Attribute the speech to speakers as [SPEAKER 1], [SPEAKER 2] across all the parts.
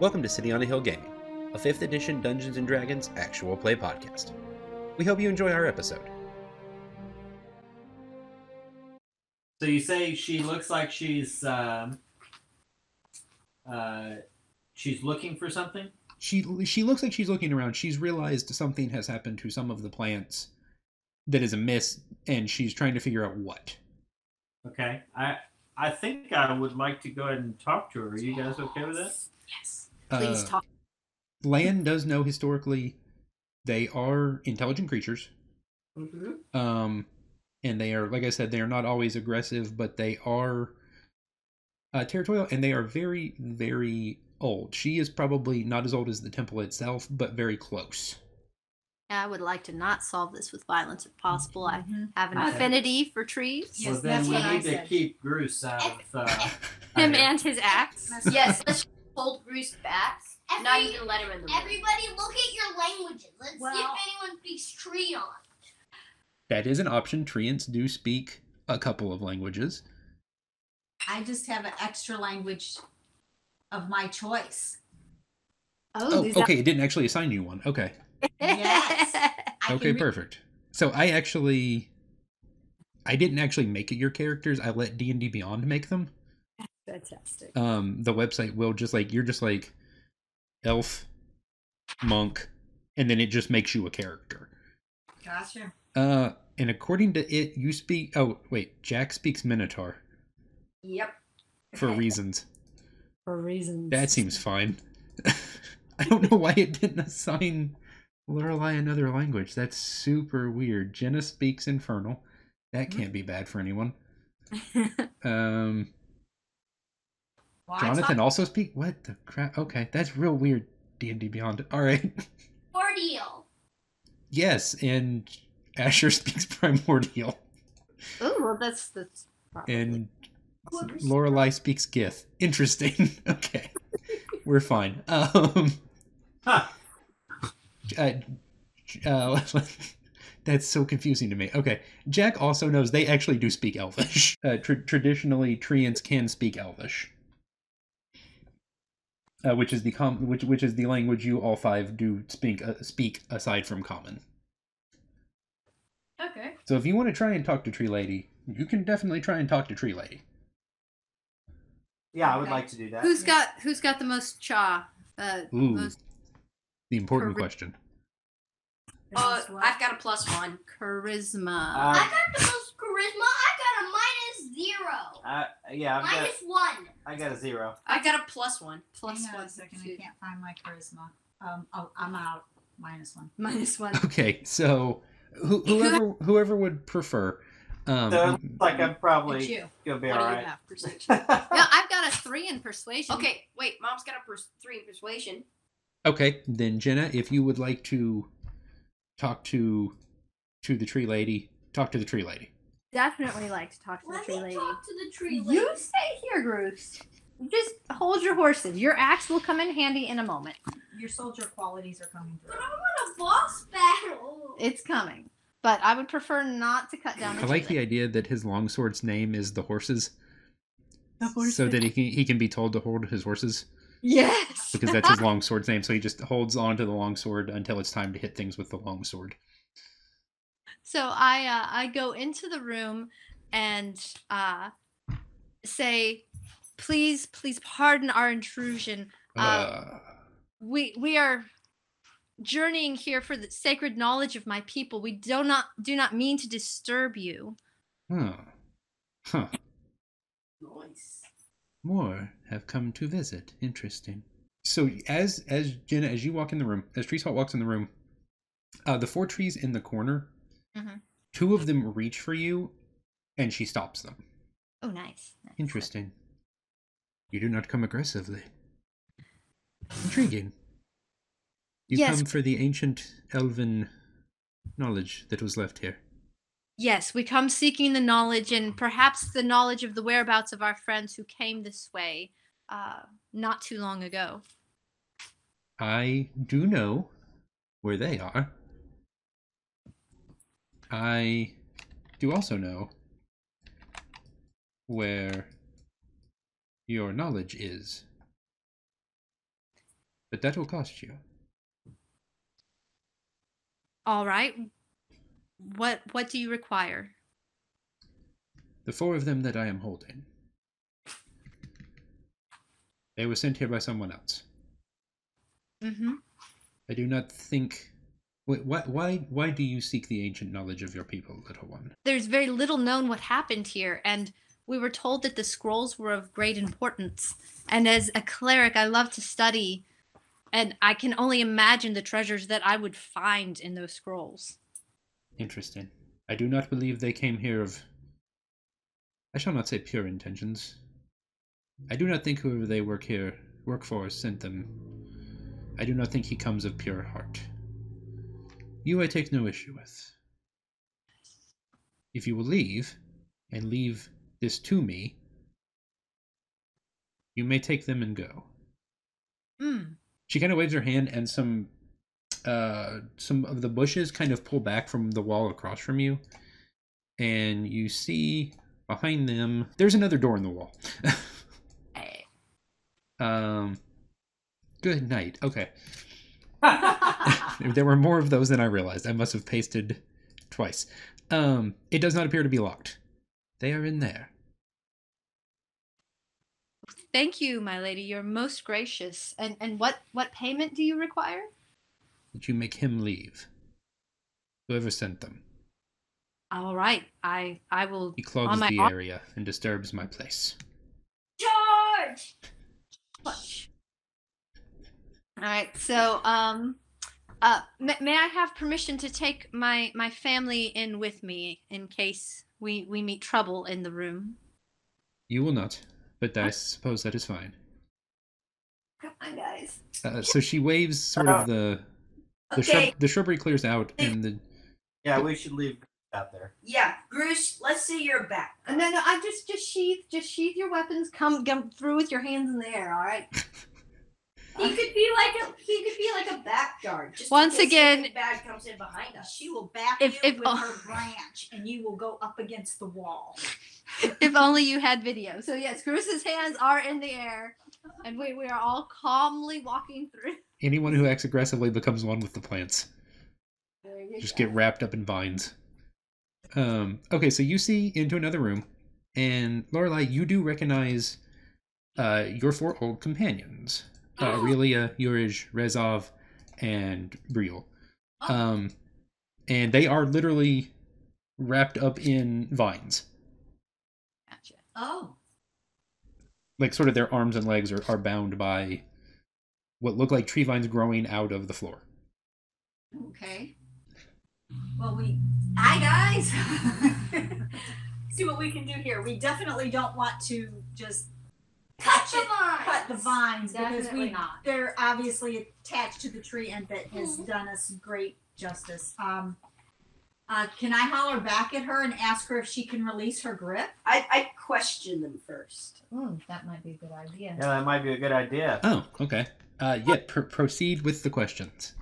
[SPEAKER 1] Welcome to City on a Hill Gaming, a 5th edition Dungeons & Dragons actual play podcast. We hope you enjoy our episode.
[SPEAKER 2] So you say she looks like she's um, uh, she's looking for something.
[SPEAKER 1] She she looks like she's looking around. She's realized something has happened to some of the plants that is amiss and she's trying to figure out what.
[SPEAKER 2] Okay, I I think I would like to go ahead and talk to her. Are you guys okay with that?
[SPEAKER 3] Yes.
[SPEAKER 1] Uh,
[SPEAKER 3] Please talk.
[SPEAKER 1] Lan does know historically they are intelligent creatures.
[SPEAKER 2] Mm-hmm.
[SPEAKER 3] Mhm.
[SPEAKER 1] Um, and they are, like I said, they are not always aggressive, but they are uh, territorial and they are very, very old. She is probably not as old as the temple itself, but very close.
[SPEAKER 3] I would like to not solve this with violence if possible. I
[SPEAKER 4] Mm-hmm.
[SPEAKER 3] have an
[SPEAKER 2] Okay.
[SPEAKER 3] affinity for trees.
[SPEAKER 5] Yes,
[SPEAKER 2] well, then
[SPEAKER 5] that's
[SPEAKER 2] we
[SPEAKER 5] what I
[SPEAKER 2] need to
[SPEAKER 5] said.
[SPEAKER 2] keep Bruce out of. Uh, out
[SPEAKER 3] Him
[SPEAKER 2] here.
[SPEAKER 3] and his axe.
[SPEAKER 5] That's
[SPEAKER 6] Yes, let's hold Bruce back. Now you
[SPEAKER 4] Every,
[SPEAKER 6] can let him in the room.
[SPEAKER 4] everybody, look at your languages. Let's see
[SPEAKER 5] Well-
[SPEAKER 4] if anyone speaks tree on.
[SPEAKER 1] That is an option. Treants do speak a couple of languages.
[SPEAKER 5] I just have an extra language of my choice.
[SPEAKER 1] Oh,
[SPEAKER 3] is
[SPEAKER 1] okay. It didn't actually assign you one. Okay.
[SPEAKER 3] that-
[SPEAKER 5] Yes. I
[SPEAKER 1] Okay,
[SPEAKER 5] can read
[SPEAKER 1] perfect. So I actually. I didn't actually make it your characters. I let D and D Beyond make them.
[SPEAKER 3] Fantastic.
[SPEAKER 1] um the website will just like you're just like elf monk and then it just makes you a character
[SPEAKER 5] Gotcha.
[SPEAKER 1] uh and according to it you speak oh wait jack speaks minotaur
[SPEAKER 5] Yep.
[SPEAKER 1] for reasons
[SPEAKER 3] For reasons.
[SPEAKER 1] that seems fine i don't know why it didn't assign lorelei another language that's super weird jenna speaks infernal that can't be bad for anyone um
[SPEAKER 5] Well, I
[SPEAKER 1] jonathan
[SPEAKER 5] talked-
[SPEAKER 1] also speak what the crap okay that's real weird d&d beyond all right
[SPEAKER 4] Cordial.
[SPEAKER 1] Yes, and Asher speaks primordial,
[SPEAKER 3] Oh, well, that's that's. probably-
[SPEAKER 1] and Lorelai speaks Gith. Interesting. okay, we're fine. Um,
[SPEAKER 2] Huh.
[SPEAKER 1] uh, uh, that's so confusing to me. Okay, Jack also knows they actually do speak Elvish. Uh, tr- traditionally, Treants can speak Elvish. Uh, which is the com- which which is the language you all five do speak uh, speak aside from common.
[SPEAKER 6] Okay.
[SPEAKER 1] So if you want to try and talk to Tree Lady, you can definitely try and talk to Tree Lady.
[SPEAKER 2] Yeah, I would like to do that.
[SPEAKER 3] Who's got Who's got the most cha? Uh,
[SPEAKER 1] Ooh,
[SPEAKER 3] most
[SPEAKER 1] the important
[SPEAKER 3] correct-
[SPEAKER 1] question.
[SPEAKER 6] Uh,
[SPEAKER 5] This is what-
[SPEAKER 6] I've got a plus one.
[SPEAKER 3] charisma.
[SPEAKER 4] I
[SPEAKER 2] Uh,
[SPEAKER 4] got the most charisma. I got a minus zero.
[SPEAKER 2] uh, yeah, I've got,
[SPEAKER 4] Minus one.
[SPEAKER 2] I got a zero.
[SPEAKER 6] I got a plus one. Plus
[SPEAKER 5] Hang on
[SPEAKER 6] one.
[SPEAKER 5] a second. I
[SPEAKER 6] Two.
[SPEAKER 5] can't find my charisma. Um, oh, I'm out. Minus one.
[SPEAKER 3] Minus one.
[SPEAKER 1] Okay, so who, whoever whoever would prefer, um,
[SPEAKER 2] So it looks like uh, I'm
[SPEAKER 5] It's
[SPEAKER 2] probably
[SPEAKER 5] you.
[SPEAKER 2] gonna be
[SPEAKER 6] What
[SPEAKER 2] all
[SPEAKER 6] do you
[SPEAKER 2] right.
[SPEAKER 6] have? Perception.
[SPEAKER 3] No, I've got a three in persuasion.
[SPEAKER 6] okay, wait. Mom's got a pers- three in persuasion.
[SPEAKER 1] okay, then Jenna, if you would like to talk to to the Tree Lady, talk to the Tree Lady.
[SPEAKER 3] Definitely like to talk to the
[SPEAKER 4] Let
[SPEAKER 3] tree
[SPEAKER 4] me
[SPEAKER 3] lady.
[SPEAKER 4] talk to the tree lady.
[SPEAKER 3] You stay here, Groose. Just hold your horses. Your axe will come in handy in a moment.
[SPEAKER 5] Your soldier qualities are coming
[SPEAKER 4] But
[SPEAKER 5] through.
[SPEAKER 4] I want a boss battle.
[SPEAKER 3] It's coming. But I would prefer not to cut down the
[SPEAKER 1] I like the
[SPEAKER 3] tree.
[SPEAKER 1] idea that his longsword's name is the horses,
[SPEAKER 5] The
[SPEAKER 1] so that he can he can be told to hold his horses
[SPEAKER 3] Yes.
[SPEAKER 1] because that's his longsword's name. So he just holds on to the longsword until it's time to hit things with the longsword.
[SPEAKER 3] So I uh, I go into the room and uh, say, please, please pardon our intrusion. Uh,
[SPEAKER 1] Uh,
[SPEAKER 3] We we are journeying here for the sacred knowledge of my people. We do not do not mean to disturb you.
[SPEAKER 1] huh. Huh.
[SPEAKER 6] Nice.
[SPEAKER 1] more have come to visit. Interesting. So as as Jenna, as you walk in the room, as Tree Salt walks in the room, uh, the four trees in the corner,
[SPEAKER 3] Mhm.
[SPEAKER 1] two of them reach for you, and she stops them.
[SPEAKER 3] Oh, nice. nice.
[SPEAKER 1] Interesting. You do not come aggressively. Intriguing. You
[SPEAKER 3] Yes.
[SPEAKER 1] come for the ancient elven knowledge that was left here.
[SPEAKER 3] Yes, we come seeking the knowledge and perhaps the knowledge of the whereabouts of our friends who came this way uh, not too long ago.
[SPEAKER 1] I do know where they are. I do also know where your knowledge is. but that will cost you.
[SPEAKER 3] All right. What what do you require?
[SPEAKER 1] The four of them that I am holding. They were sent here by someone else.
[SPEAKER 3] Mm-hmm.
[SPEAKER 1] I do not think. Wait, why, why, why do you seek the ancient knowledge of your people, little one?
[SPEAKER 3] There's very little known what happened here, and we were told that the scrolls were of great importance. And as a cleric, I love to study, and I can only imagine the treasures that I would find in those scrolls.
[SPEAKER 1] Interesting. I do not believe they came here of. I shall not say pure intentions. I do not think whoever they work here, work for, sent them. I do not think he comes of pure heart. You I take no issue with. If you will leave, and leave this to me, you may take them and go.
[SPEAKER 3] Mm.
[SPEAKER 1] She kind of waves her hand, and some uh, some of the bushes kind of pull back from the wall across from you, and you see behind them there's another door in the wall.
[SPEAKER 3] Hey.
[SPEAKER 1] um, good night. Okay, there were more of those than I realized. I must have pasted twice. Um, it does not appear to be locked. They are in there.
[SPEAKER 3] Thank you, my lady. You're most gracious. And and what what payment do you require?
[SPEAKER 1] That you make him leave. Whoever sent them.
[SPEAKER 3] All right. I I will
[SPEAKER 1] He clogs
[SPEAKER 3] On my
[SPEAKER 1] the
[SPEAKER 3] ar-
[SPEAKER 1] area and disturbs my place.
[SPEAKER 4] Charge!
[SPEAKER 3] Clutch. All right. So, um, uh, may, may I have permission to take my my family in with me in case we we meet trouble in the room?
[SPEAKER 1] You will not, but I suppose that is fine.
[SPEAKER 4] Come on, guys.
[SPEAKER 1] Uh, so she waves sort
[SPEAKER 3] Uh,
[SPEAKER 1] of the the,
[SPEAKER 6] Okay.
[SPEAKER 1] shrub, the shrubbery clears out and the
[SPEAKER 2] Yeah, we should leave out there.
[SPEAKER 6] Yeah, Grush, let's see your back.
[SPEAKER 3] Uh, No, no. I just just sheath just sheath your weapons. Come come through with your hands in the air. All right.
[SPEAKER 6] He could be like a he could be like a back guard. Just in
[SPEAKER 3] Once
[SPEAKER 6] case
[SPEAKER 3] again-
[SPEAKER 6] something bad comes in behind us.
[SPEAKER 5] She will back
[SPEAKER 3] If-
[SPEAKER 5] you
[SPEAKER 3] if-
[SPEAKER 5] with her branch, and you will go up against the wall.
[SPEAKER 3] if only you had video. So yes, Cruz's hands are in the air, and we we are all calmly walking through.
[SPEAKER 1] anyone who acts aggressively becomes one with the plants.
[SPEAKER 3] There you
[SPEAKER 1] Just
[SPEAKER 3] go.
[SPEAKER 1] get wrapped up in vines. Um, okay, so you see into another room, and Lorelai, you do recognize uh, your four old companions: uh,
[SPEAKER 3] Oh.
[SPEAKER 1] Aurelia, Yurij, Rezov, and Briel.
[SPEAKER 3] Oh.
[SPEAKER 1] Um, and they are literally wrapped up in vines,
[SPEAKER 3] Gotcha.
[SPEAKER 5] Oh,
[SPEAKER 1] like sort of their arms and legs are, are bound by what look like tree vines growing out of the floor.
[SPEAKER 5] okay. Well, we. Hi, guys. See what we can do here. We definitely don't want to just
[SPEAKER 4] Cut
[SPEAKER 5] touch
[SPEAKER 4] the
[SPEAKER 5] it,
[SPEAKER 4] vines!
[SPEAKER 5] cut the vines because
[SPEAKER 4] Definitely
[SPEAKER 5] we
[SPEAKER 4] not.
[SPEAKER 5] they're obviously attached to the tree and that has
[SPEAKER 4] Mm-hmm.
[SPEAKER 5] done us great justice. Um, uh, can I holler back at her and ask her if she can release her grip?
[SPEAKER 6] I, I question them first.
[SPEAKER 5] that might be a good idea.
[SPEAKER 2] Yeah, that might be a good idea.
[SPEAKER 1] Oh, okay. Uh, yeah, pr- proceed with the questions.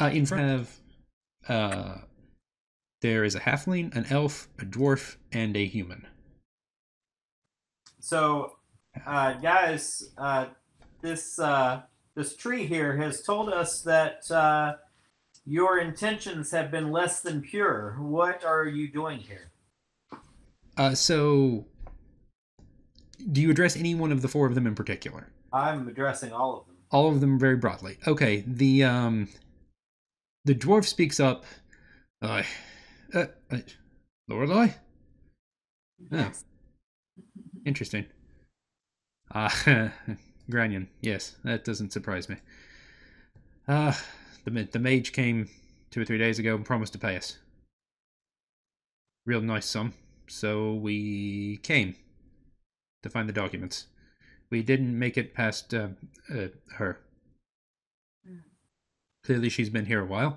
[SPEAKER 1] Uh, in front of, uh, there is a halfling, an elf, a dwarf, and a human.
[SPEAKER 2] So, uh, guys, uh, this uh, this tree here has told us that uh, your intentions have been less than pure. What are you doing here?
[SPEAKER 1] Uh, so, do you address any one of the four of them in particular?
[SPEAKER 2] I'm addressing all of them.
[SPEAKER 1] all of them very broadly. Okay, the um, the dwarf speaks up. Uh, uh, uh, Lorelai. Oh, interesting. Ah, Granion. Yes, that doesn't surprise me. Ah, the ma- the mage came two or three days ago and promised to pay us. Real nice sum. So we came to find the documents. We didn't make it past uh, uh, her. Clearly, she's been here a while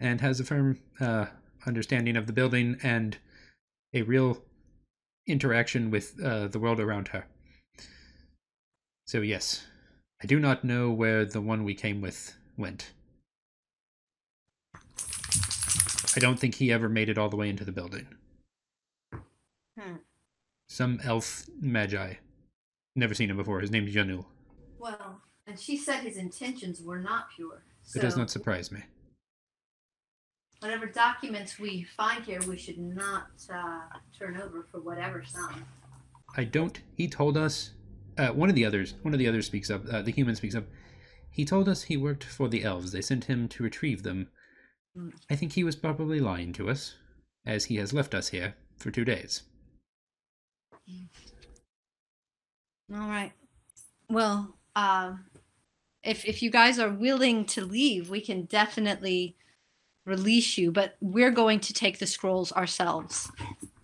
[SPEAKER 1] and has a firm uh, understanding of the building and a real interaction with uh, the world around her. So, yes, I do not know where the one we came with went. I don't think he ever made it all the way into the building.
[SPEAKER 6] Hmm.
[SPEAKER 1] Some elf magi. Never seen him before. His name's Yanul.
[SPEAKER 6] Well,
[SPEAKER 3] And she said his intentions were not pure.
[SPEAKER 1] It
[SPEAKER 3] So
[SPEAKER 1] does not surprise me.
[SPEAKER 3] whatever documents we find here, we should not uh, turn over for whatever sum.
[SPEAKER 1] I don't. He told us. Uh, one of the others. One of the others speaks up. Uh, the human speaks up. He told us he worked for the elves. They sent him to retrieve them.
[SPEAKER 3] Hmm.
[SPEAKER 1] I think he was probably lying to us, as he has left us here for two days.
[SPEAKER 3] All right. Well, um, if if you guys are willing to leave, we can definitely release you. But we're going to take the scrolls ourselves.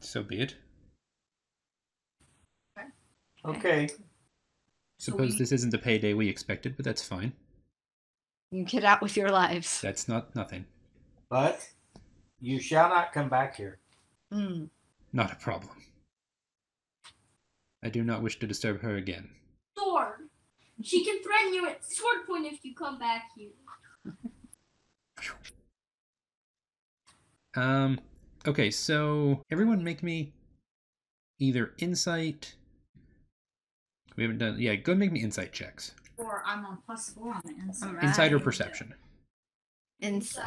[SPEAKER 1] So be it.
[SPEAKER 2] Okay.
[SPEAKER 5] So
[SPEAKER 1] Suppose
[SPEAKER 5] we-
[SPEAKER 1] this isn't the payday we expected, but that's fine.
[SPEAKER 3] You get out with your lives.
[SPEAKER 1] That's not nothing.
[SPEAKER 2] But you shall not come back here.
[SPEAKER 3] Mm.
[SPEAKER 1] Not a problem. I do not wish to disturb her again.
[SPEAKER 4] Sword. She can threaten you at sword point if you come back here.
[SPEAKER 1] Um. Okay, so everyone make me either insight. We haven't done. Yeah, go make me insight checks.
[SPEAKER 5] Or I'm on plus four on the inside.
[SPEAKER 3] Alright.
[SPEAKER 1] Insight or
[SPEAKER 3] Right.
[SPEAKER 1] perception.
[SPEAKER 3] Insight.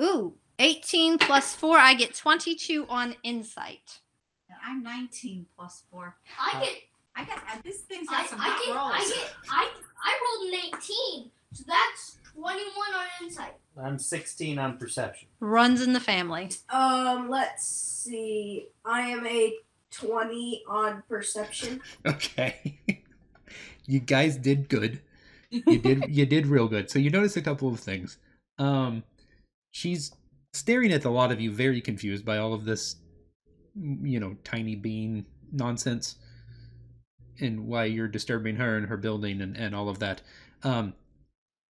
[SPEAKER 3] Ooh, 18 plus 4, I get 22 on insight.
[SPEAKER 5] I'm 19 plus four. Uh,
[SPEAKER 4] I get,
[SPEAKER 5] I got I- this thing's
[SPEAKER 4] I,
[SPEAKER 5] got some
[SPEAKER 4] I get,
[SPEAKER 5] hot
[SPEAKER 4] I
[SPEAKER 5] rolls.
[SPEAKER 4] get, I, I rolled an 18, so that's 21 on insight.
[SPEAKER 2] I'm 16 on perception.
[SPEAKER 3] Runs in the family.
[SPEAKER 6] Um, let's see. I am a 20 on perception.
[SPEAKER 1] Okay. you guys did good. You did you did real good. So you notice a couple of things. Um she's staring at the lot of you very confused by all of this you know, tiny bean nonsense and why you're disturbing her and her building and, and all of that. Um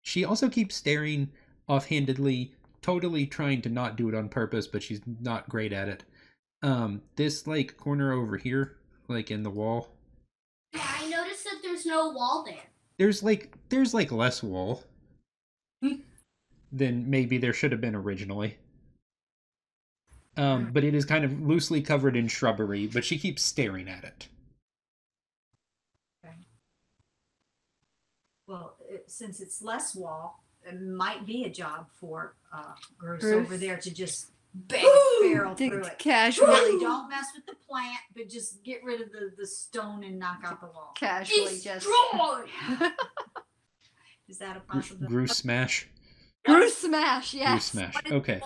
[SPEAKER 1] she also keeps staring offhandedly, totally trying to not do it on purpose, but she's not great at it. Um this like corner over here, like in the wall,
[SPEAKER 4] Yeah, I noticed that there's no wall there.
[SPEAKER 1] there's like there's like less wool than maybe there should have been originally. Um, but it is kind of loosely covered in shrubbery, but she keeps staring at it.
[SPEAKER 5] Well, it, since it's less wall, it might be a job for uh, Bruce,
[SPEAKER 3] Bruce?
[SPEAKER 5] over there to just bang a barrel through it. Really,
[SPEAKER 3] Casually,
[SPEAKER 5] don't mess with the plant, but just get rid of the, the stone and knock out the wall.
[SPEAKER 3] casually just.
[SPEAKER 4] Destroy!
[SPEAKER 5] Is that a
[SPEAKER 1] Gr-
[SPEAKER 5] possibility?
[SPEAKER 1] Grew smash,
[SPEAKER 3] Bruce smash,
[SPEAKER 1] grew
[SPEAKER 3] yes.
[SPEAKER 1] smash. Okay.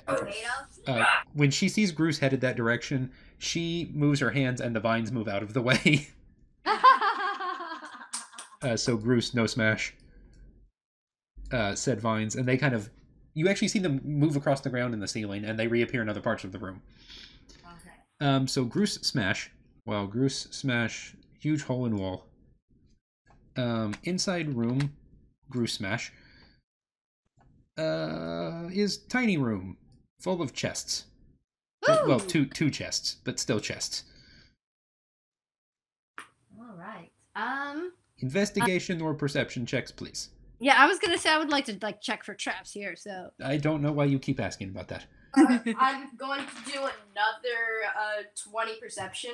[SPEAKER 1] Uh, when she sees Gruce headed that direction, she moves her hands and the vines move out of the way. Uh, so Gruce, no smash. Uh, said vines, and they kind of, you actually see them move across the ground in the ceiling, and they reappear in other parts of the room.
[SPEAKER 5] Okay.
[SPEAKER 1] Um, so Groose Smash. Wow, Groose Smash. Huge hole in wall. Um, inside room, Groose Smash. Uh, is tiny room full of chests.
[SPEAKER 3] Ooh.
[SPEAKER 1] Oh. Well, two two chests, but still chests.
[SPEAKER 3] All right. Um.
[SPEAKER 1] Investigation or perception checks, please.
[SPEAKER 3] Yeah, I was gonna say I would like to like check for traps here. So
[SPEAKER 1] I don't know why you keep asking about that.
[SPEAKER 6] Uh, I'm going to do another uh, 20 perception.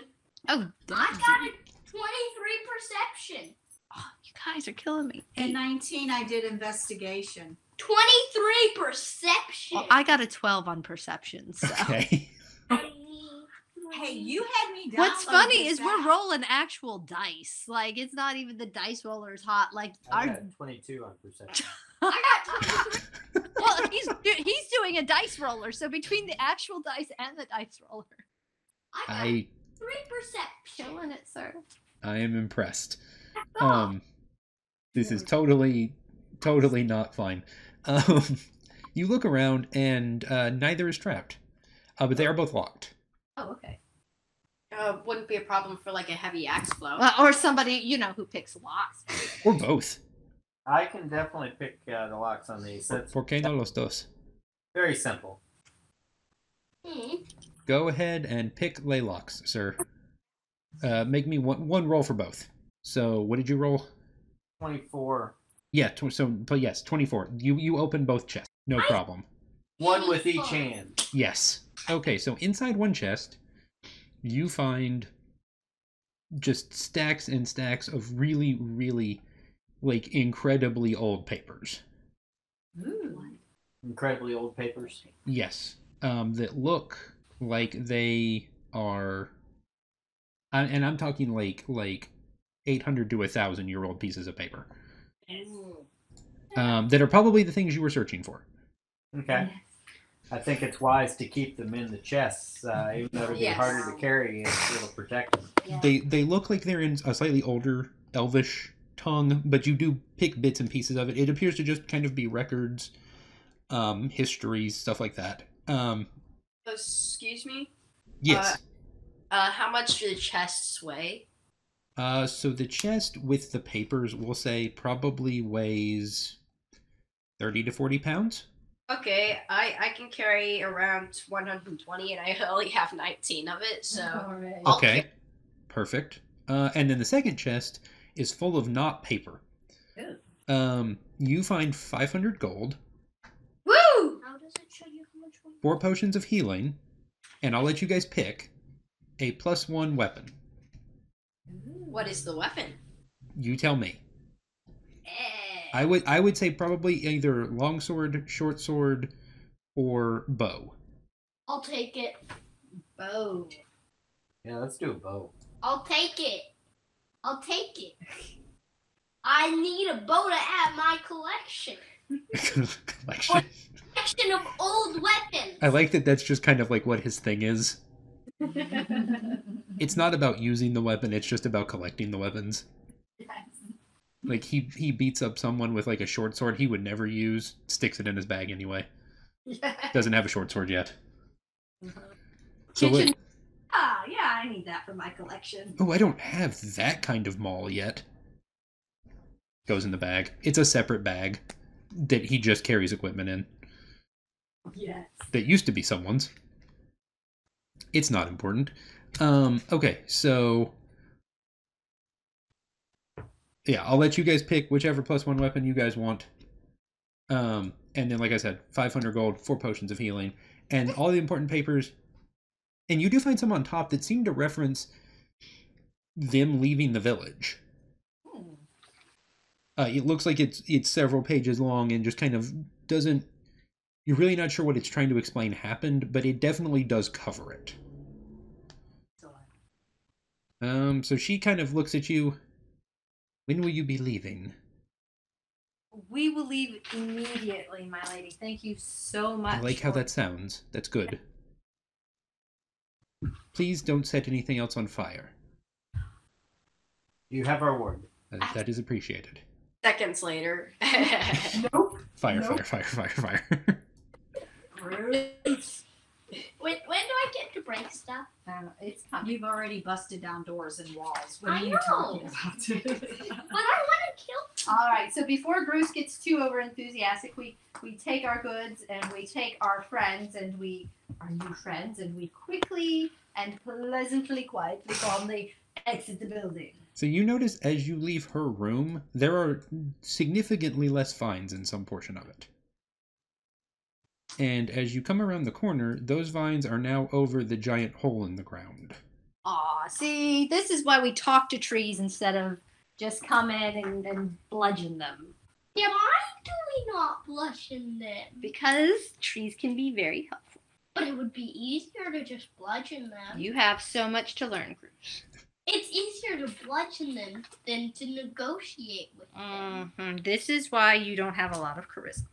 [SPEAKER 3] oh,
[SPEAKER 4] I got a 23 perception.
[SPEAKER 3] oh, you guys are killing me.
[SPEAKER 5] In
[SPEAKER 4] uh,
[SPEAKER 5] 19, I did investigation.
[SPEAKER 4] 23 perception.
[SPEAKER 3] Well, I got a twelve on perception. So
[SPEAKER 1] Okay.
[SPEAKER 5] Hey, you had me down.
[SPEAKER 3] what's funny is we're rolling actual dice. Like it's not even the dice roller is hot. Like
[SPEAKER 2] I
[SPEAKER 3] our
[SPEAKER 2] got 22 on perception.
[SPEAKER 4] I got 23.
[SPEAKER 3] well, he's do- he's doing a dice roller. So between the actual dice and the dice roller,
[SPEAKER 4] I got
[SPEAKER 1] I
[SPEAKER 4] three perception.
[SPEAKER 3] killing it, sir.
[SPEAKER 1] I am impressed.
[SPEAKER 3] Ah,
[SPEAKER 4] Oh,
[SPEAKER 1] Um, this is totally, totally not fine. Um, you look around and uh, neither is trapped, uh, but they are both locked.
[SPEAKER 3] Oh, okay.
[SPEAKER 6] Uh, wouldn't be a problem for like a heavy axe blow.
[SPEAKER 3] Well, or somebody you know who picks locks.
[SPEAKER 1] Or both.
[SPEAKER 2] I can definitely pick uh, the locks on these. That's
[SPEAKER 1] Por qué no los dos?
[SPEAKER 2] very simple.
[SPEAKER 4] Hmm.
[SPEAKER 1] Go ahead and pick lay locks, sir. Uh, make me one one roll for both. So what did you roll?
[SPEAKER 2] 24.
[SPEAKER 1] Yeah, tw- so but yes, twenty four. You you open both chests, no problem.
[SPEAKER 2] One with each hand.
[SPEAKER 1] Yes. Okay, so inside one chest, you find just stacks and stacks of really, really like incredibly old papers.
[SPEAKER 5] Ooh.
[SPEAKER 2] Incredibly old papers.
[SPEAKER 1] Yes, um, that look like they are, I, and I'm talking like like 800 to a thousand year old pieces of paper um, that are probably the things you were searching for.
[SPEAKER 2] Okay. I think it's wise to keep them in the chests, uh, even though it'll be
[SPEAKER 4] Yes.
[SPEAKER 2] harder to carry. It's, it'll protect them.
[SPEAKER 1] They they look like they're in a slightly older Elvish tongue, but you do pick bits and pieces of it. It appears to just kind of be records, um, histories, stuff like that. Um,
[SPEAKER 7] Excuse me.
[SPEAKER 1] yes.
[SPEAKER 7] Uh, how much do the chests weigh?
[SPEAKER 1] Uh, so the chest with the papers, we'll say, probably weighs thirty to forty pounds.
[SPEAKER 7] Okay, I I can carry around 120, and I only have 19 of it, so I'll
[SPEAKER 1] Okay, perfect. Uh, and then the second chest is full of not paper. Um, you find five hundred gold,
[SPEAKER 7] woo.
[SPEAKER 4] How does it show you how much one?
[SPEAKER 1] four potions of healing, and I'll let you guys pick a plus one weapon.
[SPEAKER 7] What is the weapon?
[SPEAKER 1] You tell me.
[SPEAKER 4] Eh.
[SPEAKER 1] I would I would say probably either longsword, short sword, or bow.
[SPEAKER 4] I'll take it. Oh.
[SPEAKER 7] Bow.
[SPEAKER 2] Yeah, let's do a bow.
[SPEAKER 4] I'll take it. I'll take it. I need a bow to add my collection.
[SPEAKER 1] Collection.
[SPEAKER 4] Collection of old weapons.
[SPEAKER 1] I like that that's just kind of like what his thing is. it's not about using the weapon, it's just about collecting the weapons. Like he he beats up someone with like a short sword he would never use, sticks it in his bag anyway. Doesn't have a short sword yet. So
[SPEAKER 5] Kitchen-
[SPEAKER 1] like,
[SPEAKER 5] Ah, yeah, I need that for my collection.
[SPEAKER 1] oh, I don't have that kind of maul yet. Goes in the bag. It's a separate bag that he just carries equipment in.
[SPEAKER 5] Yes.
[SPEAKER 1] that used to be someone's. It's not important. Um, okay, so yeah, I'll let you guys pick whichever plus one weapon you guys want. Um, and then, like I said, five hundred gold, four potions of healing, and all the important papers. And you do find some on top that seem to reference them leaving the village. Uh, it looks like it's it's several pages long and just kind of doesn't you're really not sure what it's trying to explain happened, but it definitely does cover it. Um, so she kind of looks at you. When will you be leaving?
[SPEAKER 3] We will leave immediately, my lady. Thank you so much.
[SPEAKER 1] I like how
[SPEAKER 3] for-
[SPEAKER 1] that sounds. That's good. Please don't set anything else on fire.
[SPEAKER 2] You have our word.
[SPEAKER 1] Uh, that is appreciated.
[SPEAKER 7] Seconds later.
[SPEAKER 5] Nope.
[SPEAKER 1] Fire,
[SPEAKER 5] Nope.
[SPEAKER 1] fire, fire, fire, fire.
[SPEAKER 4] When, when do I get to break stuff?
[SPEAKER 5] Um, it's you've already busted down doors and walls. What
[SPEAKER 4] I
[SPEAKER 5] are you
[SPEAKER 4] know.
[SPEAKER 5] talking about?
[SPEAKER 4] But I want to kill.
[SPEAKER 3] All right. So before Bruce gets too over enthusiastic, we we take our goods and we take our friends and we our new friends and we quickly and pleasantly, quietly, calmly exit the building.
[SPEAKER 1] so you notice as you leave her room, there are significantly less vines in some portion of it. And as you come around the corner, those vines are now over the giant hole in the ground.
[SPEAKER 3] Aw, see, this is why we talk to trees instead of just come in and, and bludgeon them
[SPEAKER 4] Yeah. Why do we not blush in them?
[SPEAKER 3] because trees can be very helpful.
[SPEAKER 4] But it would be easier to just bludgeon them.
[SPEAKER 3] You have so much to learn, Bruce.
[SPEAKER 4] It's easier to bludgeon them than to negotiate with them.
[SPEAKER 3] Mhm, This is why you don't have a lot of charisma.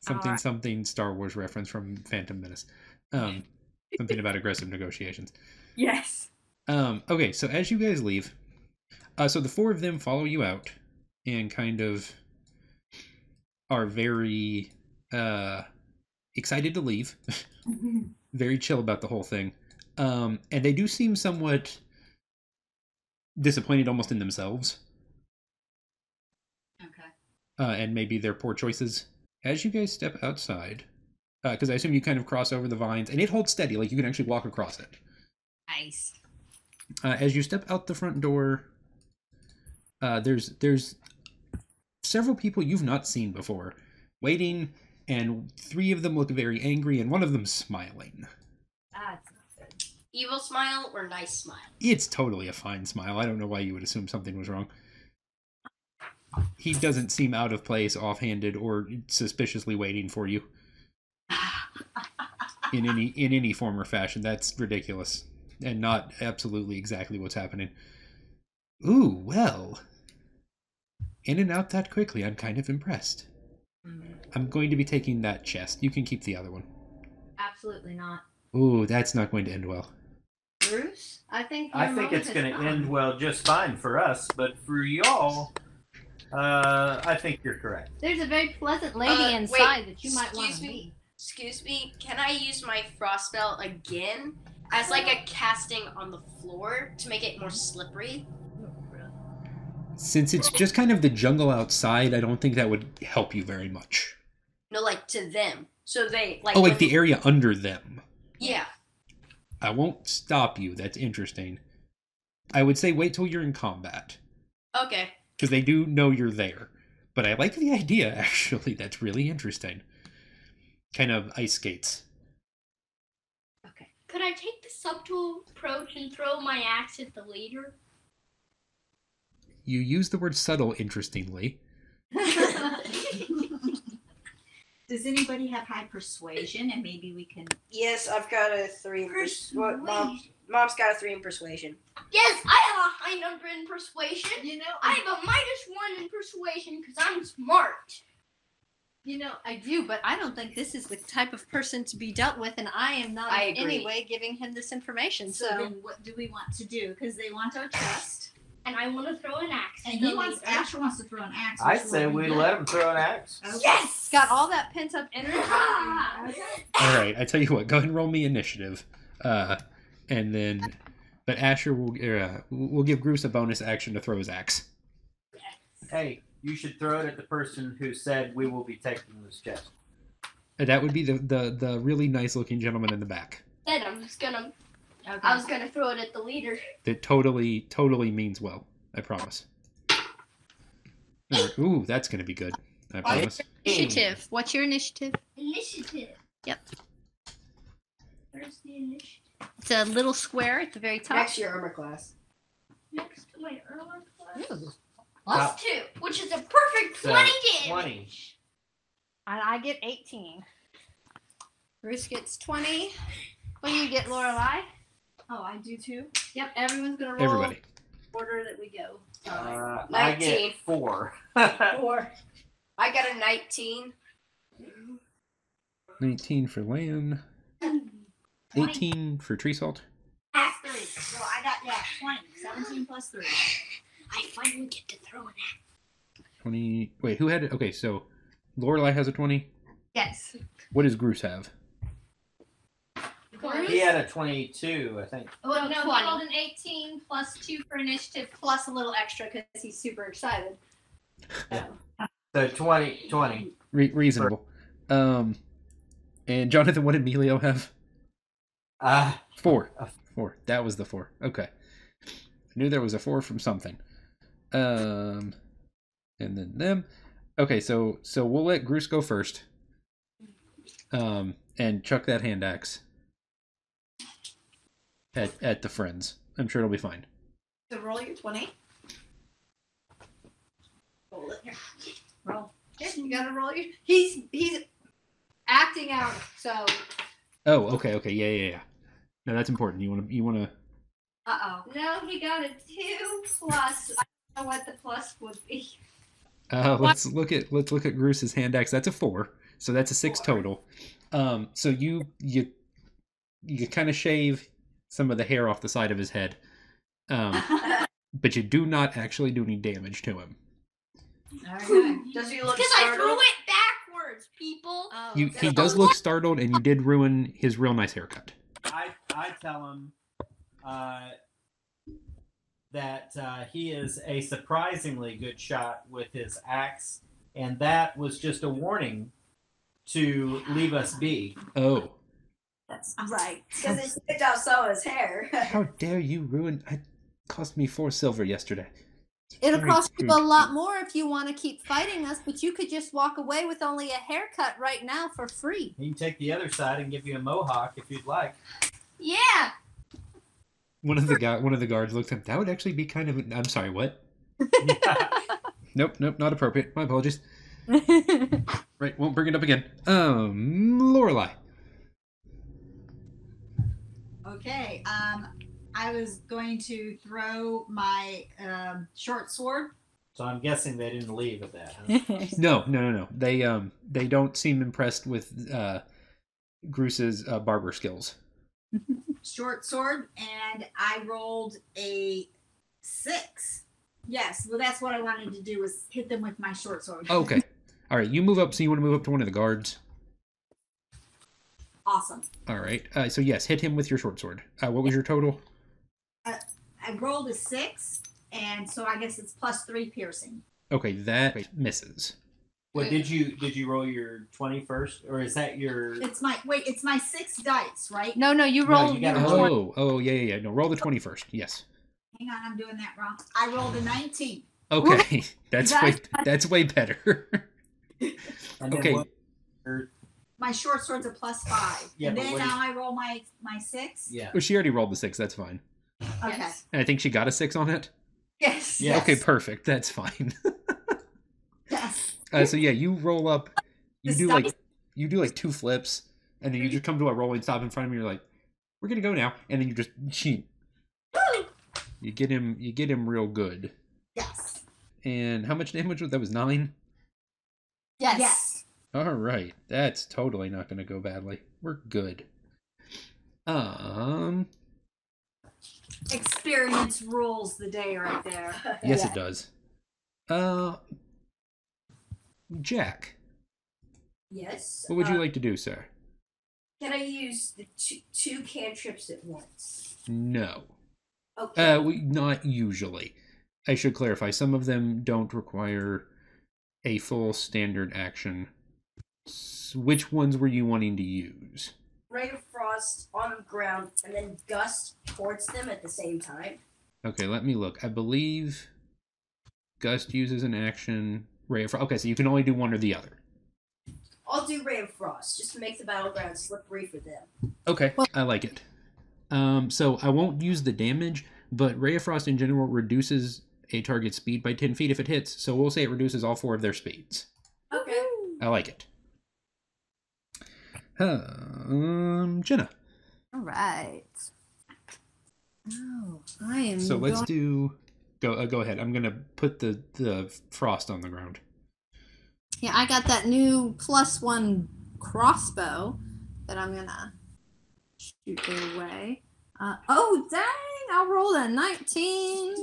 [SPEAKER 1] something
[SPEAKER 3] Alright.
[SPEAKER 1] something Star Wars reference from Phantom Menace. Um, something about aggressive negotiations.
[SPEAKER 5] yes.
[SPEAKER 1] Um, okay, so as you guys leave, uh, so the four of them follow you out and kind of are very uh, excited to leave, very chill about the whole thing, um, and they do seem somewhat disappointed almost in themselves
[SPEAKER 5] Okay.
[SPEAKER 1] uh, and maybe their poor choices. As you guys step outside, because I assume you kind of cross over the vines, and it holds steady, like you can actually walk across it.
[SPEAKER 3] Nice.
[SPEAKER 1] Uh, as you step out the front door, uh, there's there's several people you've not seen before waiting, and three of them look very angry, and one of them smiling.
[SPEAKER 5] That's not good.
[SPEAKER 7] Evil smile or nice smile?
[SPEAKER 1] It's totally a fine smile. I don't know why you would assume something was wrong. he doesn't seem out of place, offhanded, or suspiciously waiting for you in any in any form or fashion. That's ridiculous and not absolutely exactly what's happening. Ooh, well. In and out that quickly, I'm kind of impressed. I'm going to be taking that chest. You can keep the other one.
[SPEAKER 3] Absolutely not.
[SPEAKER 1] Ooh, that's not going to end well.
[SPEAKER 3] Bruce, I think.
[SPEAKER 2] I
[SPEAKER 3] your
[SPEAKER 2] think
[SPEAKER 3] moment
[SPEAKER 2] it's
[SPEAKER 3] has
[SPEAKER 2] going to
[SPEAKER 3] gone.
[SPEAKER 2] end well just fine for us, but for y'all, uh, I think you're correct.
[SPEAKER 3] There's a very pleasant lady
[SPEAKER 7] Uh, wait,
[SPEAKER 3] inside that you might want to
[SPEAKER 7] excuse me?
[SPEAKER 3] meet.
[SPEAKER 7] Excuse me, can I use my frost spell again as like a casting on the floor to make it more slippery?
[SPEAKER 1] Since it's just kind of the jungle outside, I don't think that would help you very much.
[SPEAKER 7] No, like to them. So they like.
[SPEAKER 1] Oh, like
[SPEAKER 7] when-
[SPEAKER 1] the area under them.
[SPEAKER 7] Yeah.
[SPEAKER 1] I won't stop you. That's interesting. I would say wait till you're in combat
[SPEAKER 7] Okay.
[SPEAKER 1] because they do know you're there. But I like the idea actually. That's really interesting. Kind of ice skates.
[SPEAKER 4] Okay. Could I take the subtle approach and throw my axe at the leader?
[SPEAKER 1] You use the word subtle interestingly.
[SPEAKER 5] Does anybody have high persuasion? And maybe we can.
[SPEAKER 7] Yes, I've got a three.
[SPEAKER 4] Persuasion.
[SPEAKER 7] mom's got a three in persuasion.
[SPEAKER 4] Yes, I have a high number in persuasion.
[SPEAKER 5] You know,
[SPEAKER 4] I have a minus one in persuasion because I'm smart.
[SPEAKER 3] You know, I do, but I don't think this is the type of person to be dealt with, and I am not
[SPEAKER 7] I
[SPEAKER 3] in any
[SPEAKER 7] agree.
[SPEAKER 3] way giving him this information.
[SPEAKER 5] So
[SPEAKER 3] So,
[SPEAKER 5] then, what do we want to do? Because they want our chest,
[SPEAKER 4] And I want to throw an axe.
[SPEAKER 5] and
[SPEAKER 4] at the
[SPEAKER 5] he wants.
[SPEAKER 4] leader.
[SPEAKER 5] Asher wants to throw an axe.
[SPEAKER 2] I
[SPEAKER 5] which
[SPEAKER 2] say
[SPEAKER 5] will be
[SPEAKER 2] we
[SPEAKER 5] good.
[SPEAKER 2] let him throw an axe.
[SPEAKER 5] Okay.
[SPEAKER 4] Yes!
[SPEAKER 3] got all that pent up energy.
[SPEAKER 1] All right, I tell you what. Go ahead and roll me initiative, uh, and then. But Asher will er, uh, will give Groose a bonus action to throw his axe.
[SPEAKER 2] Hey, you should throw it at the person who said we will be taking this chest.
[SPEAKER 1] And that would be the the, the really nice looking gentleman in the back.
[SPEAKER 4] Then I'm just gonna.
[SPEAKER 5] Okay.
[SPEAKER 4] I was gonna throw it at the leader.
[SPEAKER 1] that totally totally means well. I promise. All right. Ooh, that's gonna be good. I promise.
[SPEAKER 3] Initiative. What's your initiative?
[SPEAKER 4] Initiative.
[SPEAKER 3] Yep.
[SPEAKER 4] Where's the initiative?
[SPEAKER 3] It's a little square at the very top.
[SPEAKER 7] Next year armor class.
[SPEAKER 4] Next to my armor class.
[SPEAKER 3] Ooh.
[SPEAKER 4] Plus two, which is a perfect
[SPEAKER 2] So,
[SPEAKER 4] 20 damage.
[SPEAKER 2] 20.
[SPEAKER 3] And I get 18. Bruce gets 20. When you get Lorelei.
[SPEAKER 5] Oh, I do too.
[SPEAKER 3] Yep, everyone's gonna roll
[SPEAKER 1] Everybody.
[SPEAKER 3] order that we go.
[SPEAKER 2] Uh, I get
[SPEAKER 7] 19.
[SPEAKER 2] four.
[SPEAKER 7] Four. I got a nineteen.
[SPEAKER 1] Nineteen for Lan. Eighteen for Tree Salt.
[SPEAKER 5] Plus three. So I got yeah, twenty. Seventeen plus three.
[SPEAKER 4] I finally get to throw an axe.
[SPEAKER 1] Twenty. Wait, who had it? Okay, so Lorelai has a twenty.
[SPEAKER 3] Yes.
[SPEAKER 1] What does Groose have?
[SPEAKER 2] he had a 22, I think.
[SPEAKER 3] Well, Oh, no, he
[SPEAKER 4] 20.
[SPEAKER 3] rolled an 18 plus 2 for initiative plus a little extra because he's super excited.
[SPEAKER 2] So 20, 20.
[SPEAKER 1] Re- reasonable. Um, and Jonathan, what did Emilio have?
[SPEAKER 2] Uh,
[SPEAKER 1] Four. Four. That was the four. Okay. I knew there was a four from something. Um and then them. Okay, so so we'll let Groose go first. Um and chuck that hand axe. At at the friends. I'm sure it'll be fine.
[SPEAKER 7] So roll your twenty.
[SPEAKER 3] You gotta roll your. He's he's acting out, so uh
[SPEAKER 1] Oh, okay, okay, yeah, yeah, yeah. No, that's important. You wanna you wanna
[SPEAKER 3] oh. No, he got a two plus. I don't know what the plus would be.
[SPEAKER 1] Uh, let's look at let's look at Groose's hand axe. That's a four, so that's a six total. Um, so you you you kind of shave some of the hair off the side of his head, um, but you do not actually do any damage to him.
[SPEAKER 7] Does he look
[SPEAKER 4] Because I threw
[SPEAKER 7] startled?
[SPEAKER 4] it backwards, people.
[SPEAKER 3] Oh,
[SPEAKER 1] You, he does look startled, and you did ruin his real nice haircut.
[SPEAKER 2] I, I tell him uh, that uh, he is a surprisingly good shot with his axe, and that was just a warning to leave us be.
[SPEAKER 1] Oh,
[SPEAKER 6] That's
[SPEAKER 5] Right.
[SPEAKER 6] because it sticks out so is hair.
[SPEAKER 1] how dare you ruin! It cost me four silver yesterday.
[SPEAKER 3] It'll
[SPEAKER 1] Very
[SPEAKER 3] cost you
[SPEAKER 1] true.
[SPEAKER 3] a lot more if you want to keep fighting us, but you could just walk away with only a haircut right now for free.
[SPEAKER 2] He can take the other side and give you a mohawk if you'd like.
[SPEAKER 4] Yeah.
[SPEAKER 1] One of the guy, one of the guards looked at him. That would actually be kind of. I'm sorry, what? Nope, nope, not appropriate. My apologies. Right, won't bring it up again. Um, Lorelai.
[SPEAKER 5] Okay, um, I was going to throw my um, short sword.
[SPEAKER 2] So I'm guessing they didn't leave at that. Huh?
[SPEAKER 1] No, no, no, no. They um, they don't seem impressed with uh, Gruce's uh, barber skills.
[SPEAKER 5] short sword and I rolled a six. Yes, well, that's what I wanted to do was hit them with my short sword.
[SPEAKER 1] Okay, all right. You move up. So you want to move up to one of the guards.
[SPEAKER 5] Awesome.
[SPEAKER 1] All right. Uh, so yes, hit him with your short sword. Uh, what was your total?
[SPEAKER 5] I rolled a six, and so I guess it's plus three piercing.
[SPEAKER 1] Okay, that misses.
[SPEAKER 2] What did you did you roll your twenty first, or is that your?
[SPEAKER 5] It's my wait, it's my six dice, right?
[SPEAKER 3] no, no, you
[SPEAKER 2] No,
[SPEAKER 3] roll.
[SPEAKER 2] you gotta
[SPEAKER 3] you
[SPEAKER 2] roll.
[SPEAKER 3] roll.
[SPEAKER 1] Oh, oh, yeah, yeah, yeah. No, roll the twenty-first. Yes.
[SPEAKER 5] Hang on, I'm doing that wrong. I rolled a 19.
[SPEAKER 1] Okay, that's way that's way better.
[SPEAKER 2] and then
[SPEAKER 1] okay.
[SPEAKER 2] what-
[SPEAKER 5] My short sword's a plus five.
[SPEAKER 2] Yeah,
[SPEAKER 5] and
[SPEAKER 2] but
[SPEAKER 5] then
[SPEAKER 2] what is-
[SPEAKER 5] now I roll my my six.
[SPEAKER 2] yeah.
[SPEAKER 1] Well, she already rolled the six. That's fine.
[SPEAKER 5] Okay.
[SPEAKER 7] Yes.
[SPEAKER 1] And I think she got a six on it.
[SPEAKER 5] Yes.
[SPEAKER 2] Yeah.
[SPEAKER 1] Okay, perfect. That's fine.
[SPEAKER 5] Yes.
[SPEAKER 1] Uh, so yeah, you roll up. You
[SPEAKER 5] The
[SPEAKER 1] do
[SPEAKER 5] stomach-
[SPEAKER 1] like you do like two flips, and then you just come to a rolling stop in front of me. You're like, "We're gonna go now," and then you just You get him. You get him real good.
[SPEAKER 5] Yes.
[SPEAKER 1] And how much damage was that? Was nine.
[SPEAKER 5] Yes.
[SPEAKER 1] All right, that's totally not gonna go badly. We're good. Um.
[SPEAKER 5] Experience rules the day right there.
[SPEAKER 1] Yes, it does. Uh. Jack,
[SPEAKER 6] Yes.
[SPEAKER 1] what would
[SPEAKER 6] uh,
[SPEAKER 1] you like to do, sir?
[SPEAKER 6] Can I use the two, two cantrips at once?
[SPEAKER 1] No.
[SPEAKER 6] Okay.
[SPEAKER 1] Uh, we, not usually. I should clarify. Some of them don't require a full standard action. S- which ones were you wanting to use?
[SPEAKER 6] Ray of frost on the ground, and then gust towards them at the same time.
[SPEAKER 1] Okay, let me look. I believe Gust uses an action. Ray of Fro- Okay, so you can only do one or the other.
[SPEAKER 6] I'll do ray of frost just to make the battleground slippery for them.
[SPEAKER 1] Okay, I like it. Um, so I won't use the damage, but Ray of Frost in general reduces a target's speed by 10 feet if it hits, so we'll say it reduces all four of their speeds.
[SPEAKER 6] Okay.
[SPEAKER 1] I like it. Um, Jenna.
[SPEAKER 3] All right. Oh, I am.
[SPEAKER 1] So let's
[SPEAKER 3] going-
[SPEAKER 1] do. Go uh, go ahead. I'm gonna put the the frost on the ground.
[SPEAKER 3] Yeah, I got that new plus one crossbow that I'm gonna shoot away. Uh, oh dang! I rolled a 19